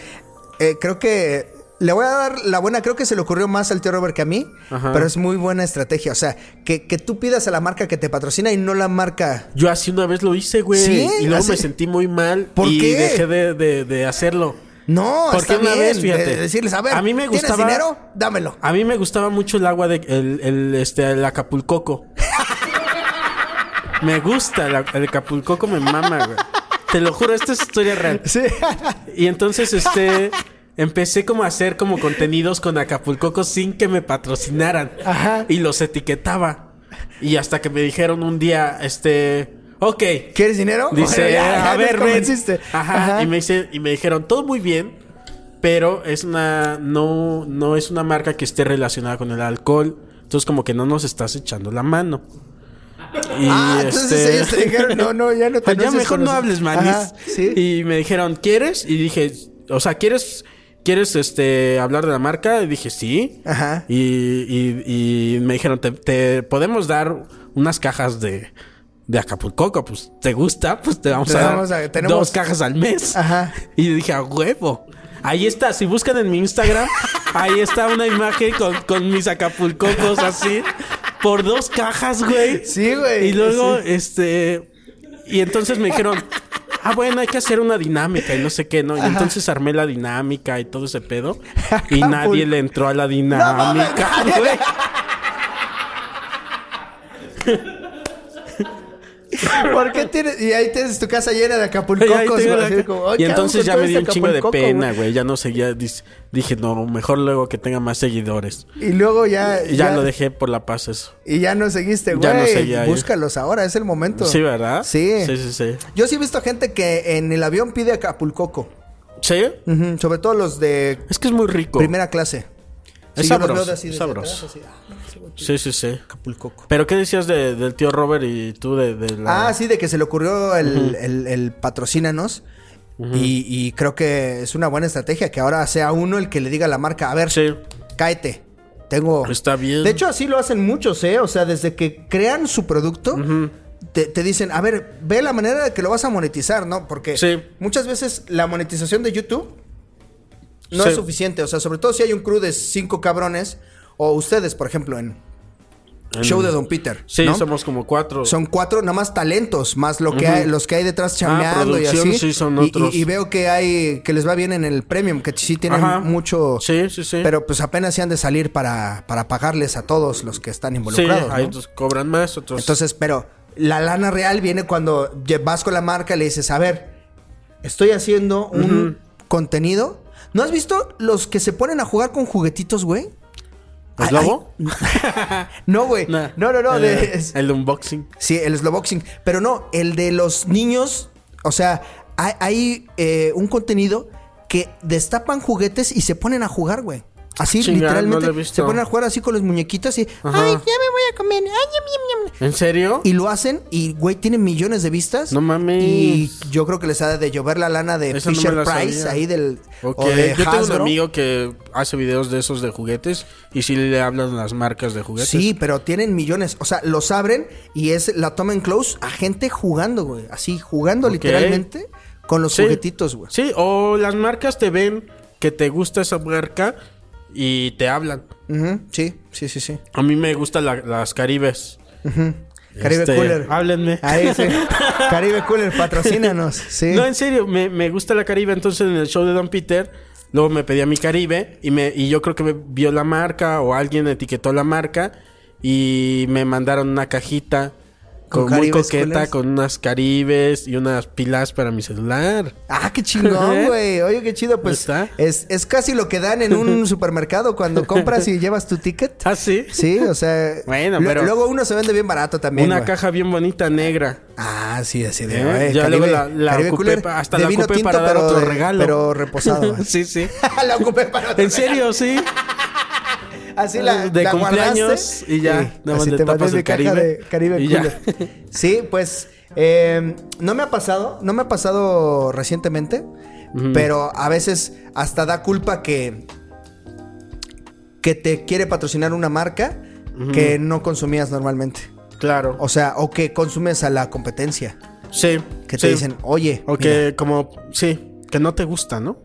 [SPEAKER 2] eh, creo que le voy a dar la buena. Creo que se le ocurrió más al tío Robert que a mí,
[SPEAKER 3] Ajá.
[SPEAKER 2] pero es muy buena estrategia. O sea, que, que tú pidas a la marca que te patrocina y no la marca.
[SPEAKER 3] Yo así una vez lo hice, güey.
[SPEAKER 2] ¿Sí?
[SPEAKER 3] Y luego
[SPEAKER 2] ¿Así?
[SPEAKER 3] me sentí muy mal.
[SPEAKER 2] ¿Por
[SPEAKER 3] y
[SPEAKER 2] qué?
[SPEAKER 3] dejé de, de- de hacerlo.
[SPEAKER 2] No,
[SPEAKER 3] Porque
[SPEAKER 2] está
[SPEAKER 3] una
[SPEAKER 2] bien.
[SPEAKER 3] vez, fíjate,
[SPEAKER 2] de- decirles, a ver,
[SPEAKER 3] a mí me gustaba-
[SPEAKER 2] ¿tienes dinero? Dámelo.
[SPEAKER 3] A mí me gustaba mucho el agua de el, el, este el acapulcoco. me gusta el, a- el acapulcoco, me mama, güey. Te lo juro, esta es historia real.
[SPEAKER 2] Sí.
[SPEAKER 3] Y entonces, este, Empecé como a hacer como contenidos con Acapulcoco sin que me patrocinaran.
[SPEAKER 2] Ajá.
[SPEAKER 3] Y los etiquetaba. Y hasta que me dijeron un día, este, ok.
[SPEAKER 2] ¿Quieres dinero?
[SPEAKER 3] Dice,
[SPEAKER 2] Bueno, ya, ya nos
[SPEAKER 3] a ver, ven.
[SPEAKER 2] convenciste.
[SPEAKER 3] Ajá.
[SPEAKER 2] Ajá.
[SPEAKER 3] Y me dice, y me dijeron, todo muy bien, pero es una, no, no es una marca que esté relacionada con el alcohol. Entonces como que no nos estás echando la mano. Y,
[SPEAKER 2] Ah, entonces
[SPEAKER 3] este,
[SPEAKER 2] ellos te dijeron, no, no, ya no te
[SPEAKER 3] Pues ya
[SPEAKER 2] anuncies
[SPEAKER 3] mejor
[SPEAKER 2] con
[SPEAKER 3] no
[SPEAKER 2] nosotros.
[SPEAKER 3] hables,
[SPEAKER 2] Ajá,
[SPEAKER 3] manis.
[SPEAKER 2] sí.
[SPEAKER 3] Y me dijeron, ¿quieres? Y dije, o sea, ¿quieres, quieres este, hablar de la marca? Y dije, sí.
[SPEAKER 2] Ajá.
[SPEAKER 3] Y, y- y me dijeron, te, te podemos dar unas cajas de, de Acapulcoco. Pues, ¿te gusta? Pues te vamos
[SPEAKER 2] Te
[SPEAKER 3] a dar
[SPEAKER 2] vamos a- tenemos-
[SPEAKER 3] dos cajas al mes.
[SPEAKER 2] Ajá.
[SPEAKER 3] Y dije, a huevo. Ahí está, si buscan en mi Instagram, ahí está una imagen con, con mis acapulcocos así. Por dos cajas, güey.
[SPEAKER 2] Sí, güey.
[SPEAKER 3] Y luego,
[SPEAKER 2] Eh, Sí.
[SPEAKER 3] este. Y entonces me dijeron, ah, bueno, hay que hacer una dinámica y no sé qué, ¿no? Y entonces armé la dinámica y todo ese pedo. Y
[SPEAKER 2] Ah,
[SPEAKER 3] nadie le entró a la dinámica, güey.
[SPEAKER 2] ¿Por qué tienes? Y ahí tienes tu casa llena de
[SPEAKER 3] Y ahí
[SPEAKER 2] acapulcocos.
[SPEAKER 3] tengo
[SPEAKER 2] güey,
[SPEAKER 3] la-
[SPEAKER 2] así como, "Ay,
[SPEAKER 3] y
[SPEAKER 2] ¿qué hago
[SPEAKER 3] entonces
[SPEAKER 2] con
[SPEAKER 3] ya
[SPEAKER 2] todo
[SPEAKER 3] me dio un
[SPEAKER 2] este
[SPEAKER 3] chingo de
[SPEAKER 2] acapulcoco,
[SPEAKER 3] pena,
[SPEAKER 2] güey?"
[SPEAKER 3] güey. Ya no seguía. dis- Dije, no, mejor luego que tenga más seguidores.
[SPEAKER 2] Y luego ya.
[SPEAKER 3] Y ya lo dejé por la paz, eso.
[SPEAKER 2] Y ya no seguiste, güey.
[SPEAKER 3] Ya no seguí ahí.
[SPEAKER 2] Búscalos ahora, es el momento.
[SPEAKER 3] Sí, ¿verdad?
[SPEAKER 2] Sí.
[SPEAKER 3] Sí, sí, sí.
[SPEAKER 2] Yo sí he visto gente que en el avión pide acapulcoco.
[SPEAKER 3] ¿Sí?
[SPEAKER 2] Ujú, Sobre todo los de
[SPEAKER 3] Es que es muy rico.
[SPEAKER 2] primera clase.
[SPEAKER 3] Es
[SPEAKER 2] Sí, yo los
[SPEAKER 3] sabroso,
[SPEAKER 2] veo de así
[SPEAKER 3] es
[SPEAKER 2] desde
[SPEAKER 3] sabroso.
[SPEAKER 2] atrás, así, ah,
[SPEAKER 3] Sí, sí, sí.
[SPEAKER 2] acapulcoco.
[SPEAKER 3] ¿Pero qué decías de- del tío Robert y tú de, de la...
[SPEAKER 2] Ah, sí, de que se le ocurrió el, el- el patrocínanos. y, y creo que es una buena estrategia que ahora sea uno el que le diga a la marca, a ver,
[SPEAKER 3] Sí.
[SPEAKER 2] cáete. Tengo.
[SPEAKER 3] Está bien.
[SPEAKER 2] De hecho, así lo hacen muchos, ¿eh? O sea, desde que crean su producto, te, te dicen, a ver, ve la manera de que lo vas a monetizar, ¿no? Porque
[SPEAKER 3] Sí.
[SPEAKER 2] muchas veces la monetización de YouTube no
[SPEAKER 3] Sí.
[SPEAKER 2] es suficiente. O sea, sobre todo si hay un crew de cinco cabrones, o ustedes, por ejemplo, en,
[SPEAKER 3] En-
[SPEAKER 2] Show de Don Peter.
[SPEAKER 3] Sí,
[SPEAKER 2] ¿no?
[SPEAKER 3] somos como cuatro.
[SPEAKER 2] Son cuatro nada más talentos, más lo que hay, los que hay detrás chambeando y
[SPEAKER 3] Ah, producción,
[SPEAKER 2] así.
[SPEAKER 3] sí, son
[SPEAKER 2] Y- y-
[SPEAKER 3] otros.
[SPEAKER 2] Y, veo que hay, que les va bien en el premium, que sí tienen
[SPEAKER 3] Ajá.
[SPEAKER 2] mucho.
[SPEAKER 3] Sí, sí, sí.
[SPEAKER 2] Pero pues apenas se han de salir para, para pagarles a todos los que están
[SPEAKER 3] Sí,
[SPEAKER 2] involucrados.
[SPEAKER 3] hay
[SPEAKER 2] ¿no?
[SPEAKER 3] otros que cobran más, otros...
[SPEAKER 2] Entonces, pero la lana real viene cuando lle- vas con la marca y le dices, a ver, estoy haciendo un contenido. ¿No has visto los que se ponen a jugar con juguetitos, güey?
[SPEAKER 3] ¿Los
[SPEAKER 2] Ay,
[SPEAKER 3] Lobo?
[SPEAKER 2] ay, No, güey.
[SPEAKER 3] Nah. Eh,
[SPEAKER 2] No, no, no.
[SPEAKER 3] El,
[SPEAKER 2] de- es-
[SPEAKER 3] el de unboxing.
[SPEAKER 2] Sí, el slowboxing. Pero no, el de los niños. O sea, hay, hay, eh, un contenido que destapan juguetes y se ponen a jugar, güey. Así,
[SPEAKER 3] Chinga,
[SPEAKER 2] literalmente.
[SPEAKER 3] no lo he visto.
[SPEAKER 2] Se ponen a jugar así con los muñequitos y. ¡Ay, ya me voy a comer! ¡Ay, ñam, ñam, ñam".
[SPEAKER 3] ¿En serio?
[SPEAKER 2] Y lo hacen y, güey, tienen millones de vistas.
[SPEAKER 3] No mames.
[SPEAKER 2] Y yo creo que les ha de llover la lana de
[SPEAKER 3] Esa no me
[SPEAKER 2] Fisher
[SPEAKER 3] la
[SPEAKER 2] Price
[SPEAKER 3] sabía.
[SPEAKER 2] ahí del. o
[SPEAKER 3] Ok,
[SPEAKER 2] de
[SPEAKER 3] yo tengo un
[SPEAKER 2] Hasbro.
[SPEAKER 3] amigo que hace videos de esos de juguetes y sí le hablan las marcas de juguetes.
[SPEAKER 2] Sí, pero tienen millones. O sea, los abren y es la tomen close a gente jugando, güey. Así, jugando
[SPEAKER 3] Ok.
[SPEAKER 2] literalmente con los
[SPEAKER 3] Sí.
[SPEAKER 2] juguetitos, güey.
[SPEAKER 3] Sí, o las marcas te ven que te gusta esa marca y te hablan.
[SPEAKER 2] Ujú, Sí, sí, sí, sí.
[SPEAKER 3] A mí me gustan la- las Caribes.
[SPEAKER 2] Caribe
[SPEAKER 3] Este,
[SPEAKER 2] Cooler.
[SPEAKER 3] Háblenme.
[SPEAKER 2] Ahí, sí. Caribe Cooler, patrocínanos. Sí.
[SPEAKER 3] No, en serio, me, me gusta la Caribe. Entonces, en el show de Don Peter, luego me pedía mi Caribe y, me, y yo creo que me vio la marca o alguien etiquetó la marca y me mandaron una cajita
[SPEAKER 2] ¿Con
[SPEAKER 3] con muy
[SPEAKER 2] Caribes
[SPEAKER 3] coqueta,
[SPEAKER 2] coolers?
[SPEAKER 3] con unas Caribes y unas pilas para mi celular.
[SPEAKER 2] Ah, qué chingón, güey. Oye, qué chido. Pues
[SPEAKER 3] ¿Eh? ¿Está?
[SPEAKER 2] es, es casi lo que dan en un supermercado cuando compras y llevas tu ticket.
[SPEAKER 3] ¿Ah, sí?
[SPEAKER 2] Sí, o sea.
[SPEAKER 3] Bueno,
[SPEAKER 2] lo-
[SPEAKER 3] pero-
[SPEAKER 2] Luego uno se vende bien barato también.
[SPEAKER 3] una
[SPEAKER 2] güey.
[SPEAKER 3] caja bien bonita, negra.
[SPEAKER 2] Ah, sí, así de.
[SPEAKER 3] ¿Eh?
[SPEAKER 2] güey,
[SPEAKER 3] Ya
[SPEAKER 2] Caribe-
[SPEAKER 3] luego la- la
[SPEAKER 2] Caribe
[SPEAKER 3] ocupé
[SPEAKER 2] Cooler
[SPEAKER 3] pa- hasta
[SPEAKER 2] de
[SPEAKER 3] la
[SPEAKER 2] vino
[SPEAKER 3] ocupé
[SPEAKER 2] tinto,
[SPEAKER 3] para dar
[SPEAKER 2] pero
[SPEAKER 3] otro
[SPEAKER 2] de-
[SPEAKER 3] regalo.
[SPEAKER 2] Pero reposado.
[SPEAKER 3] sí, sí.
[SPEAKER 2] la ocupé para otro
[SPEAKER 3] En serio, sí.
[SPEAKER 2] regalo. Así la,
[SPEAKER 3] de
[SPEAKER 2] la
[SPEAKER 3] cumpleaños
[SPEAKER 2] guardaste
[SPEAKER 3] y ya, nada más
[SPEAKER 2] así
[SPEAKER 3] le
[SPEAKER 2] te mandas
[SPEAKER 3] tapas el
[SPEAKER 2] mi caja
[SPEAKER 3] Caribe
[SPEAKER 2] de Caribe
[SPEAKER 3] y ya.
[SPEAKER 2] Cooler. Sí, pues eh, no me ha pasado, no me ha pasado recientemente, pero a veces hasta da culpa que que te quiere patrocinar una marca que no consumías normalmente.
[SPEAKER 3] Claro.
[SPEAKER 2] O sea, o que consumes a la competencia.
[SPEAKER 3] Sí.
[SPEAKER 2] Que
[SPEAKER 3] sí.
[SPEAKER 2] te dicen, oye,
[SPEAKER 3] O
[SPEAKER 2] mira,
[SPEAKER 3] que como, sí, que no te gusta, ¿no?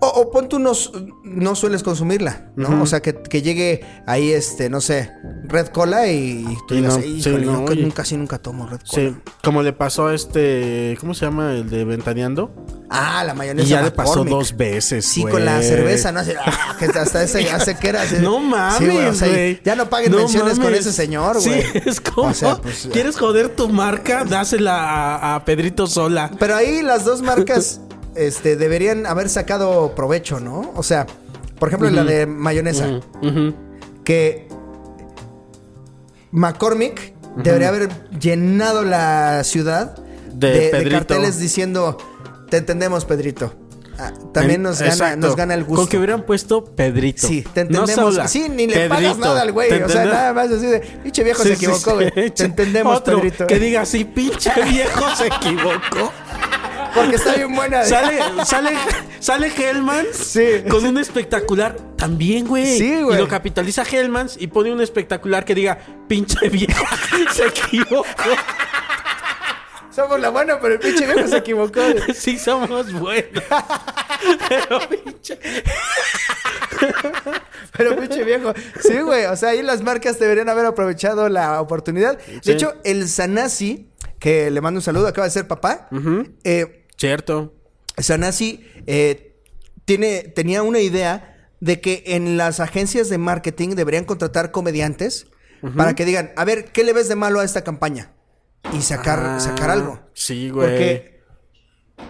[SPEAKER 2] O, o pon tú no, s- no sueles consumirla, ¿no? O sea, que, que llegue ahí, este, no sé, Red Cola y, y tú
[SPEAKER 3] Y
[SPEAKER 2] digas,
[SPEAKER 3] no, sí,
[SPEAKER 2] híjole,
[SPEAKER 3] no,
[SPEAKER 2] nunca,
[SPEAKER 3] oye.
[SPEAKER 2] nunca, sí, nunca tomo Red Cola.
[SPEAKER 3] Sí, como le pasó a este, ¿cómo se llama? El de Ventaneando.
[SPEAKER 2] Ah, la mayonesa
[SPEAKER 3] Y ya le pasó
[SPEAKER 2] McCormick.
[SPEAKER 3] dos veces.
[SPEAKER 2] Sí,
[SPEAKER 3] güey.
[SPEAKER 2] con la cerveza, ¿no? Así, ah, que hasta ese hace que era. así.
[SPEAKER 3] No mames,
[SPEAKER 2] Sí, güey,
[SPEAKER 3] güey.
[SPEAKER 2] o sea, ya no paguen menciones con
[SPEAKER 3] mames.
[SPEAKER 2] ese señor, güey.
[SPEAKER 3] Sí, es como.
[SPEAKER 2] O sea, pues,
[SPEAKER 3] ¿Quieres joder tu marca? Dásela a, a Pedrito Sola.
[SPEAKER 2] Pero ahí las dos marcas este, deberían haber sacado provecho, ¿no? O sea, por ejemplo, la de mayonesa, que McCormick debería haber llenado la ciudad
[SPEAKER 3] De
[SPEAKER 2] de, de
[SPEAKER 3] Pedrito.
[SPEAKER 2] carteles diciendo, te entendemos, Pedrito. Ah, también nos gana,
[SPEAKER 3] Exacto.
[SPEAKER 2] nos gana el gusto.
[SPEAKER 3] Con que hubieran puesto Pedrito.
[SPEAKER 2] Sí, te
[SPEAKER 3] No
[SPEAKER 2] entendemos.
[SPEAKER 3] Saula.
[SPEAKER 2] sí, ni le pagas
[SPEAKER 3] Pedrito.
[SPEAKER 2] nada al güey.
[SPEAKER 3] ¿Te
[SPEAKER 2] O sea,
[SPEAKER 3] entendemos?
[SPEAKER 2] nada más así de, pinche viejo se
[SPEAKER 3] Sí, sí,
[SPEAKER 2] equivocó, güey.
[SPEAKER 3] sí.
[SPEAKER 2] Te entendemos,
[SPEAKER 3] Otro
[SPEAKER 2] Pedrito.
[SPEAKER 3] Que diga así, pinche viejo se equivocó.
[SPEAKER 2] Porque está bien buena. ¿eh?
[SPEAKER 3] Sale, sale, sale Hellman
[SPEAKER 2] Sí.
[SPEAKER 3] con un espectacular también, güey.
[SPEAKER 2] Sí, güey.
[SPEAKER 3] Y lo capitaliza Hellmans y pone un espectacular que diga, pinche viejo, se equivocó.
[SPEAKER 2] Somos la buena, pero el pinche viejo se equivocó.
[SPEAKER 3] Sí, somos buenos. Pero pinche.
[SPEAKER 2] Pero pinche viejo. Sí, güey. O sea, ahí las marcas deberían haber aprovechado la oportunidad. De
[SPEAKER 3] Sí.
[SPEAKER 2] hecho, el Sanasi, que le mando un saludo, acaba de ser papá. eh,
[SPEAKER 3] Cierto.
[SPEAKER 2] Sanasi eh, tiene, tenía una idea de que en las agencias de marketing deberían contratar comediantes para que digan, a ver, ¿qué le ves de malo a esta campaña? Y sacar,
[SPEAKER 3] Ah,
[SPEAKER 2] sacar algo.
[SPEAKER 3] Sí, güey.
[SPEAKER 2] Porque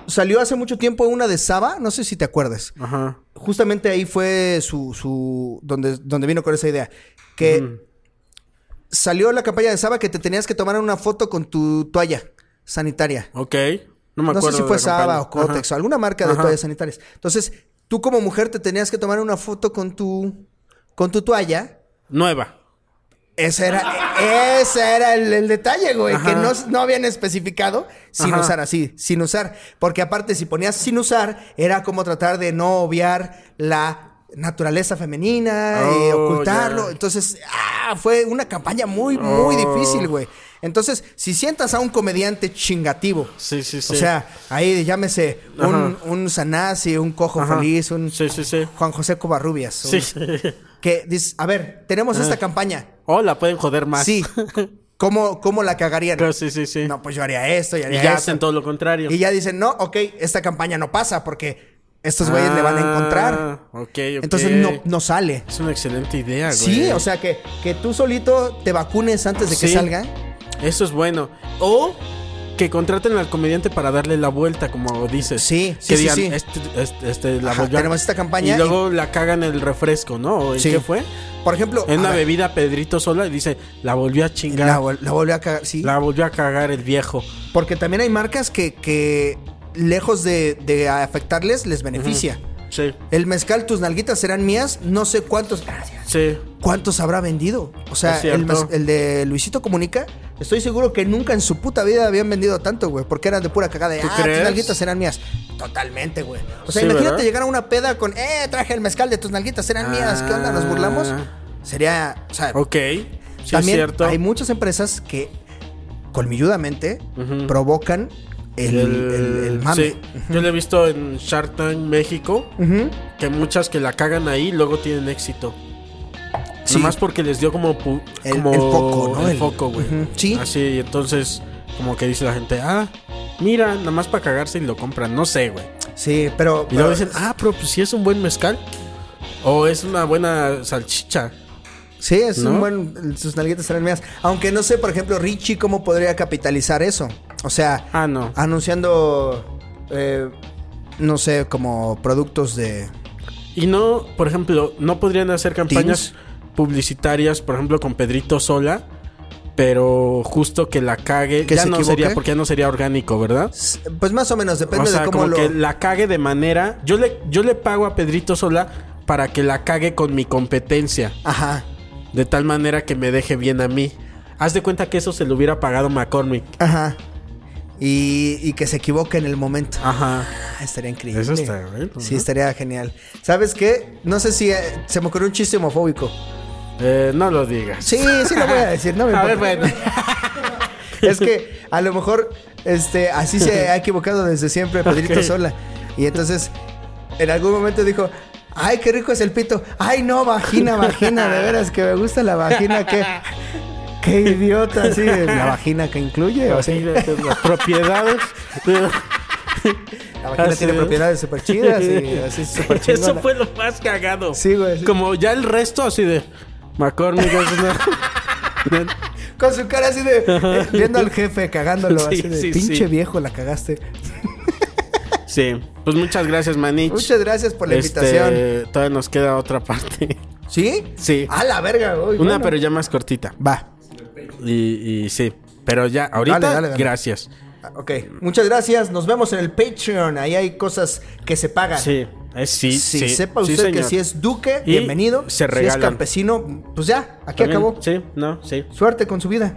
[SPEAKER 2] salió hace mucho tiempo una de Saba, no sé si te acuerdas.
[SPEAKER 3] Ajá.
[SPEAKER 2] Justamente ahí fue su, su donde, donde vino con esa idea. Que salió la campaña de Saba que te tenías que tomar una foto con tu toalla sanitaria.
[SPEAKER 3] Ok. No me acuerdo.
[SPEAKER 2] No sé si
[SPEAKER 3] de
[SPEAKER 2] fue
[SPEAKER 3] la
[SPEAKER 2] Saba
[SPEAKER 3] campaña.
[SPEAKER 2] o Cotex
[SPEAKER 3] Ajá.
[SPEAKER 2] o alguna marca de
[SPEAKER 3] Ajá.
[SPEAKER 2] toallas sanitarias. Entonces, tú como mujer te tenías que tomar una foto con tu, con tu toalla.
[SPEAKER 3] Nueva.
[SPEAKER 2] Ese era, ese era el, el detalle, güey. Que no, no habían especificado sin
[SPEAKER 3] Ajá.
[SPEAKER 2] usar así, sin usar. Porque aparte, si ponías sin usar, era como tratar de no obviar la naturaleza femenina y
[SPEAKER 3] Oh,
[SPEAKER 2] ocultarlo.
[SPEAKER 3] ya. Oh.
[SPEAKER 2] Entonces, ah, fue una campaña muy, muy difícil, güey. Entonces, si sientas a un comediante chingativo.
[SPEAKER 3] Sí, sí, sí.
[SPEAKER 2] O sea, ahí llámese un,
[SPEAKER 3] Ajá.
[SPEAKER 2] un Sanasi, un Cojo
[SPEAKER 3] Ajá.
[SPEAKER 2] Feliz, un
[SPEAKER 3] Sí, sí, sí.
[SPEAKER 2] Juan José Covarrubias.
[SPEAKER 3] Sí,
[SPEAKER 2] un- Que dices, a ver, tenemos esta campaña.
[SPEAKER 3] O la pueden joder más.
[SPEAKER 2] Sí. ¿Cómo, cómo la cagarían?
[SPEAKER 3] Pero sí, sí, sí.
[SPEAKER 2] No, pues yo haría esto, yo
[SPEAKER 3] y
[SPEAKER 2] haría
[SPEAKER 3] ya
[SPEAKER 2] esto.
[SPEAKER 3] hacen todo lo contrario.
[SPEAKER 2] Y ya dicen, no, ok, esta campaña no pasa porque estos güeyes le van a encontrar.
[SPEAKER 3] Ah, Ok, ok.
[SPEAKER 2] Entonces no, no sale.
[SPEAKER 3] Es una excelente idea, güey.
[SPEAKER 2] Sí, o sea, que, que tú solito te vacunes antes de que
[SPEAKER 3] Sí.
[SPEAKER 2] salga.
[SPEAKER 3] Eso es bueno. O que contraten al comediante para darle la vuelta, como dices.
[SPEAKER 2] Sí, sí, sí,
[SPEAKER 3] que digan,
[SPEAKER 2] sí.
[SPEAKER 3] Este, este, este, la
[SPEAKER 2] Ajá,
[SPEAKER 3] volvió a-
[SPEAKER 2] tenemos esta campaña
[SPEAKER 3] Y luego la cagan el refresco, ¿no? ¿O ¿En
[SPEAKER 2] Sí.
[SPEAKER 3] qué fue?
[SPEAKER 2] Por ejemplo,
[SPEAKER 3] En
[SPEAKER 2] a
[SPEAKER 3] una
[SPEAKER 2] ver,
[SPEAKER 3] bebida Pedrito sola y dice, la volvió a chingar.
[SPEAKER 2] la,
[SPEAKER 3] La,
[SPEAKER 2] vol- la volvió a cagar, sí.
[SPEAKER 3] volvió a cagar el viejo.
[SPEAKER 2] Porque también hay marcas que, que lejos de, de afectarles, les beneficia.
[SPEAKER 3] Sí.
[SPEAKER 2] El mezcal, tus nalguitas serán mías, no sé cuántos. Gracias.
[SPEAKER 3] Sí.
[SPEAKER 2] ¿Cuántos habrá vendido? O sea,
[SPEAKER 3] Es cierto.
[SPEAKER 2] el, mas- el de Luisito Comunica, estoy seguro que nunca en su puta vida habían vendido tanto, güey. Porque eran de pura cagada. de,
[SPEAKER 3] ¿Tú
[SPEAKER 2] Ah, tus
[SPEAKER 3] crees?
[SPEAKER 2] nalguitas eran mías. Totalmente, güey. O sea,
[SPEAKER 3] Sí,
[SPEAKER 2] imagínate
[SPEAKER 3] ¿verdad?
[SPEAKER 2] llegar a una peda con, eh, traje el mezcal de tus nalguitas eran mías. ¿Qué onda? ¿Nos burlamos?
[SPEAKER 3] Ah.
[SPEAKER 2] Sería, o sea,
[SPEAKER 3] Ok. Sí,
[SPEAKER 2] también
[SPEAKER 3] es cierto.
[SPEAKER 2] hay muchas empresas que colmilludamente
[SPEAKER 3] Ujú.
[SPEAKER 2] provocan el, el- el mame.
[SPEAKER 3] Sí. Yo lo he visto en Shark Tank México.
[SPEAKER 2] Ujú.
[SPEAKER 3] Que muchas que la cagan ahí luego tienen éxito.
[SPEAKER 2] Sí.
[SPEAKER 3] Nomás porque les dio como, pu-
[SPEAKER 2] El-
[SPEAKER 3] como
[SPEAKER 2] el foco, ¿no?
[SPEAKER 3] El,
[SPEAKER 2] El-
[SPEAKER 3] foco, güey.
[SPEAKER 2] Ujú. Sí.
[SPEAKER 3] Así, entonces, como que dice la gente, ah, mira, nomás para cagarse y lo compran. No sé, güey.
[SPEAKER 2] Sí, pero.
[SPEAKER 3] Y
[SPEAKER 2] pero-
[SPEAKER 3] luego dicen, ah, pero pues si es un buen mezcal. O es una buena salchicha.
[SPEAKER 2] Sí, es un
[SPEAKER 3] ¿No?
[SPEAKER 2] buen. Sus nalguitas serán mías. Aunque no sé, por ejemplo, Richie, cómo podría capitalizar eso. O sea,
[SPEAKER 3] Ah, no.
[SPEAKER 2] anunciando. eh, no sé, como productos de.
[SPEAKER 3] Y no, por ejemplo, no podrían hacer campañas publicitarias, por ejemplo, con Pedrito Sola, pero justo que la cague,
[SPEAKER 2] ¿Que
[SPEAKER 3] ya
[SPEAKER 2] se
[SPEAKER 3] no
[SPEAKER 2] equivoque?
[SPEAKER 3] sería, porque ya no sería orgánico, ¿verdad?
[SPEAKER 2] s- Pues más o menos, depende
[SPEAKER 3] o sea,
[SPEAKER 2] de cómo
[SPEAKER 3] como
[SPEAKER 2] lo.
[SPEAKER 3] que la cague de manera. Yo le, yo le pago a Pedrito Sola para que la cague con mi competencia.
[SPEAKER 2] Ajá.
[SPEAKER 3] De tal manera que me deje bien a mí. Haz de cuenta que eso se lo hubiera pagado McCormick.
[SPEAKER 2] Ajá. Y, y que se equivoque en el momento.
[SPEAKER 3] Ajá.
[SPEAKER 2] Ah, estaría increíble.
[SPEAKER 3] Eso está bueno,
[SPEAKER 2] Sí,
[SPEAKER 3] ¿no?
[SPEAKER 2] estaría genial. ¿Sabes qué? No sé si eh, se me ocurrió un chiste homofóbico.
[SPEAKER 3] Eh, no lo digas.
[SPEAKER 2] Sí, sí lo voy a decir, no me
[SPEAKER 3] a ver,
[SPEAKER 2] importa.
[SPEAKER 3] bueno.
[SPEAKER 2] Es que a lo mejor este, así se ha equivocado desde siempre Pedrito
[SPEAKER 3] Ok.
[SPEAKER 2] Sola. Y entonces en algún momento dijo, ay, qué rico es el pito. Ay, no, vagina, vagina, de veras que me gusta la vagina, qué, qué idiota, sí, la vagina que incluye. O sea,
[SPEAKER 3] Imagínate las propiedades.
[SPEAKER 2] la vagina
[SPEAKER 3] Así
[SPEAKER 2] tiene
[SPEAKER 3] es.
[SPEAKER 2] propiedades súper chidas y así súper chingona.
[SPEAKER 3] Eso fue lo más cagado.
[SPEAKER 2] Sí, güey, sí.
[SPEAKER 3] Como ya el resto así de McCormick es una-
[SPEAKER 2] Con su cara así de eh, viendo al jefe cagándolo,
[SPEAKER 3] Sí,
[SPEAKER 2] así de
[SPEAKER 3] sí,
[SPEAKER 2] pinche
[SPEAKER 3] sí.
[SPEAKER 2] viejo, la cagaste.
[SPEAKER 3] Sí. Pues muchas gracias, Manich.
[SPEAKER 2] Muchas gracias por la
[SPEAKER 3] Este,
[SPEAKER 2] invitación.
[SPEAKER 3] Todavía nos queda otra parte.
[SPEAKER 2] ¿Sí?
[SPEAKER 3] Sí.
[SPEAKER 2] A la verga, güey.
[SPEAKER 3] Una,
[SPEAKER 2] bueno.
[SPEAKER 3] pero ya más cortita.
[SPEAKER 2] Va.
[SPEAKER 3] Y, y sí. Pero ya, ahorita,
[SPEAKER 2] Dale, dale, dale.
[SPEAKER 3] gracias.
[SPEAKER 2] Ah, Ok, muchas gracias. Nos vemos en el Patreon. Ahí hay cosas que se pagan.
[SPEAKER 3] Sí, es sí.
[SPEAKER 2] Si
[SPEAKER 3] sí,
[SPEAKER 2] sepa
[SPEAKER 3] sí,
[SPEAKER 2] usted que
[SPEAKER 3] señor.
[SPEAKER 2] si es duque,
[SPEAKER 3] Y
[SPEAKER 2] bienvenido.
[SPEAKER 3] se
[SPEAKER 2] Si
[SPEAKER 3] regalan.
[SPEAKER 2] es campesino, pues ya, aquí
[SPEAKER 3] También,
[SPEAKER 2] acabó.
[SPEAKER 3] Sí, no, sí.
[SPEAKER 2] Suerte con su vida.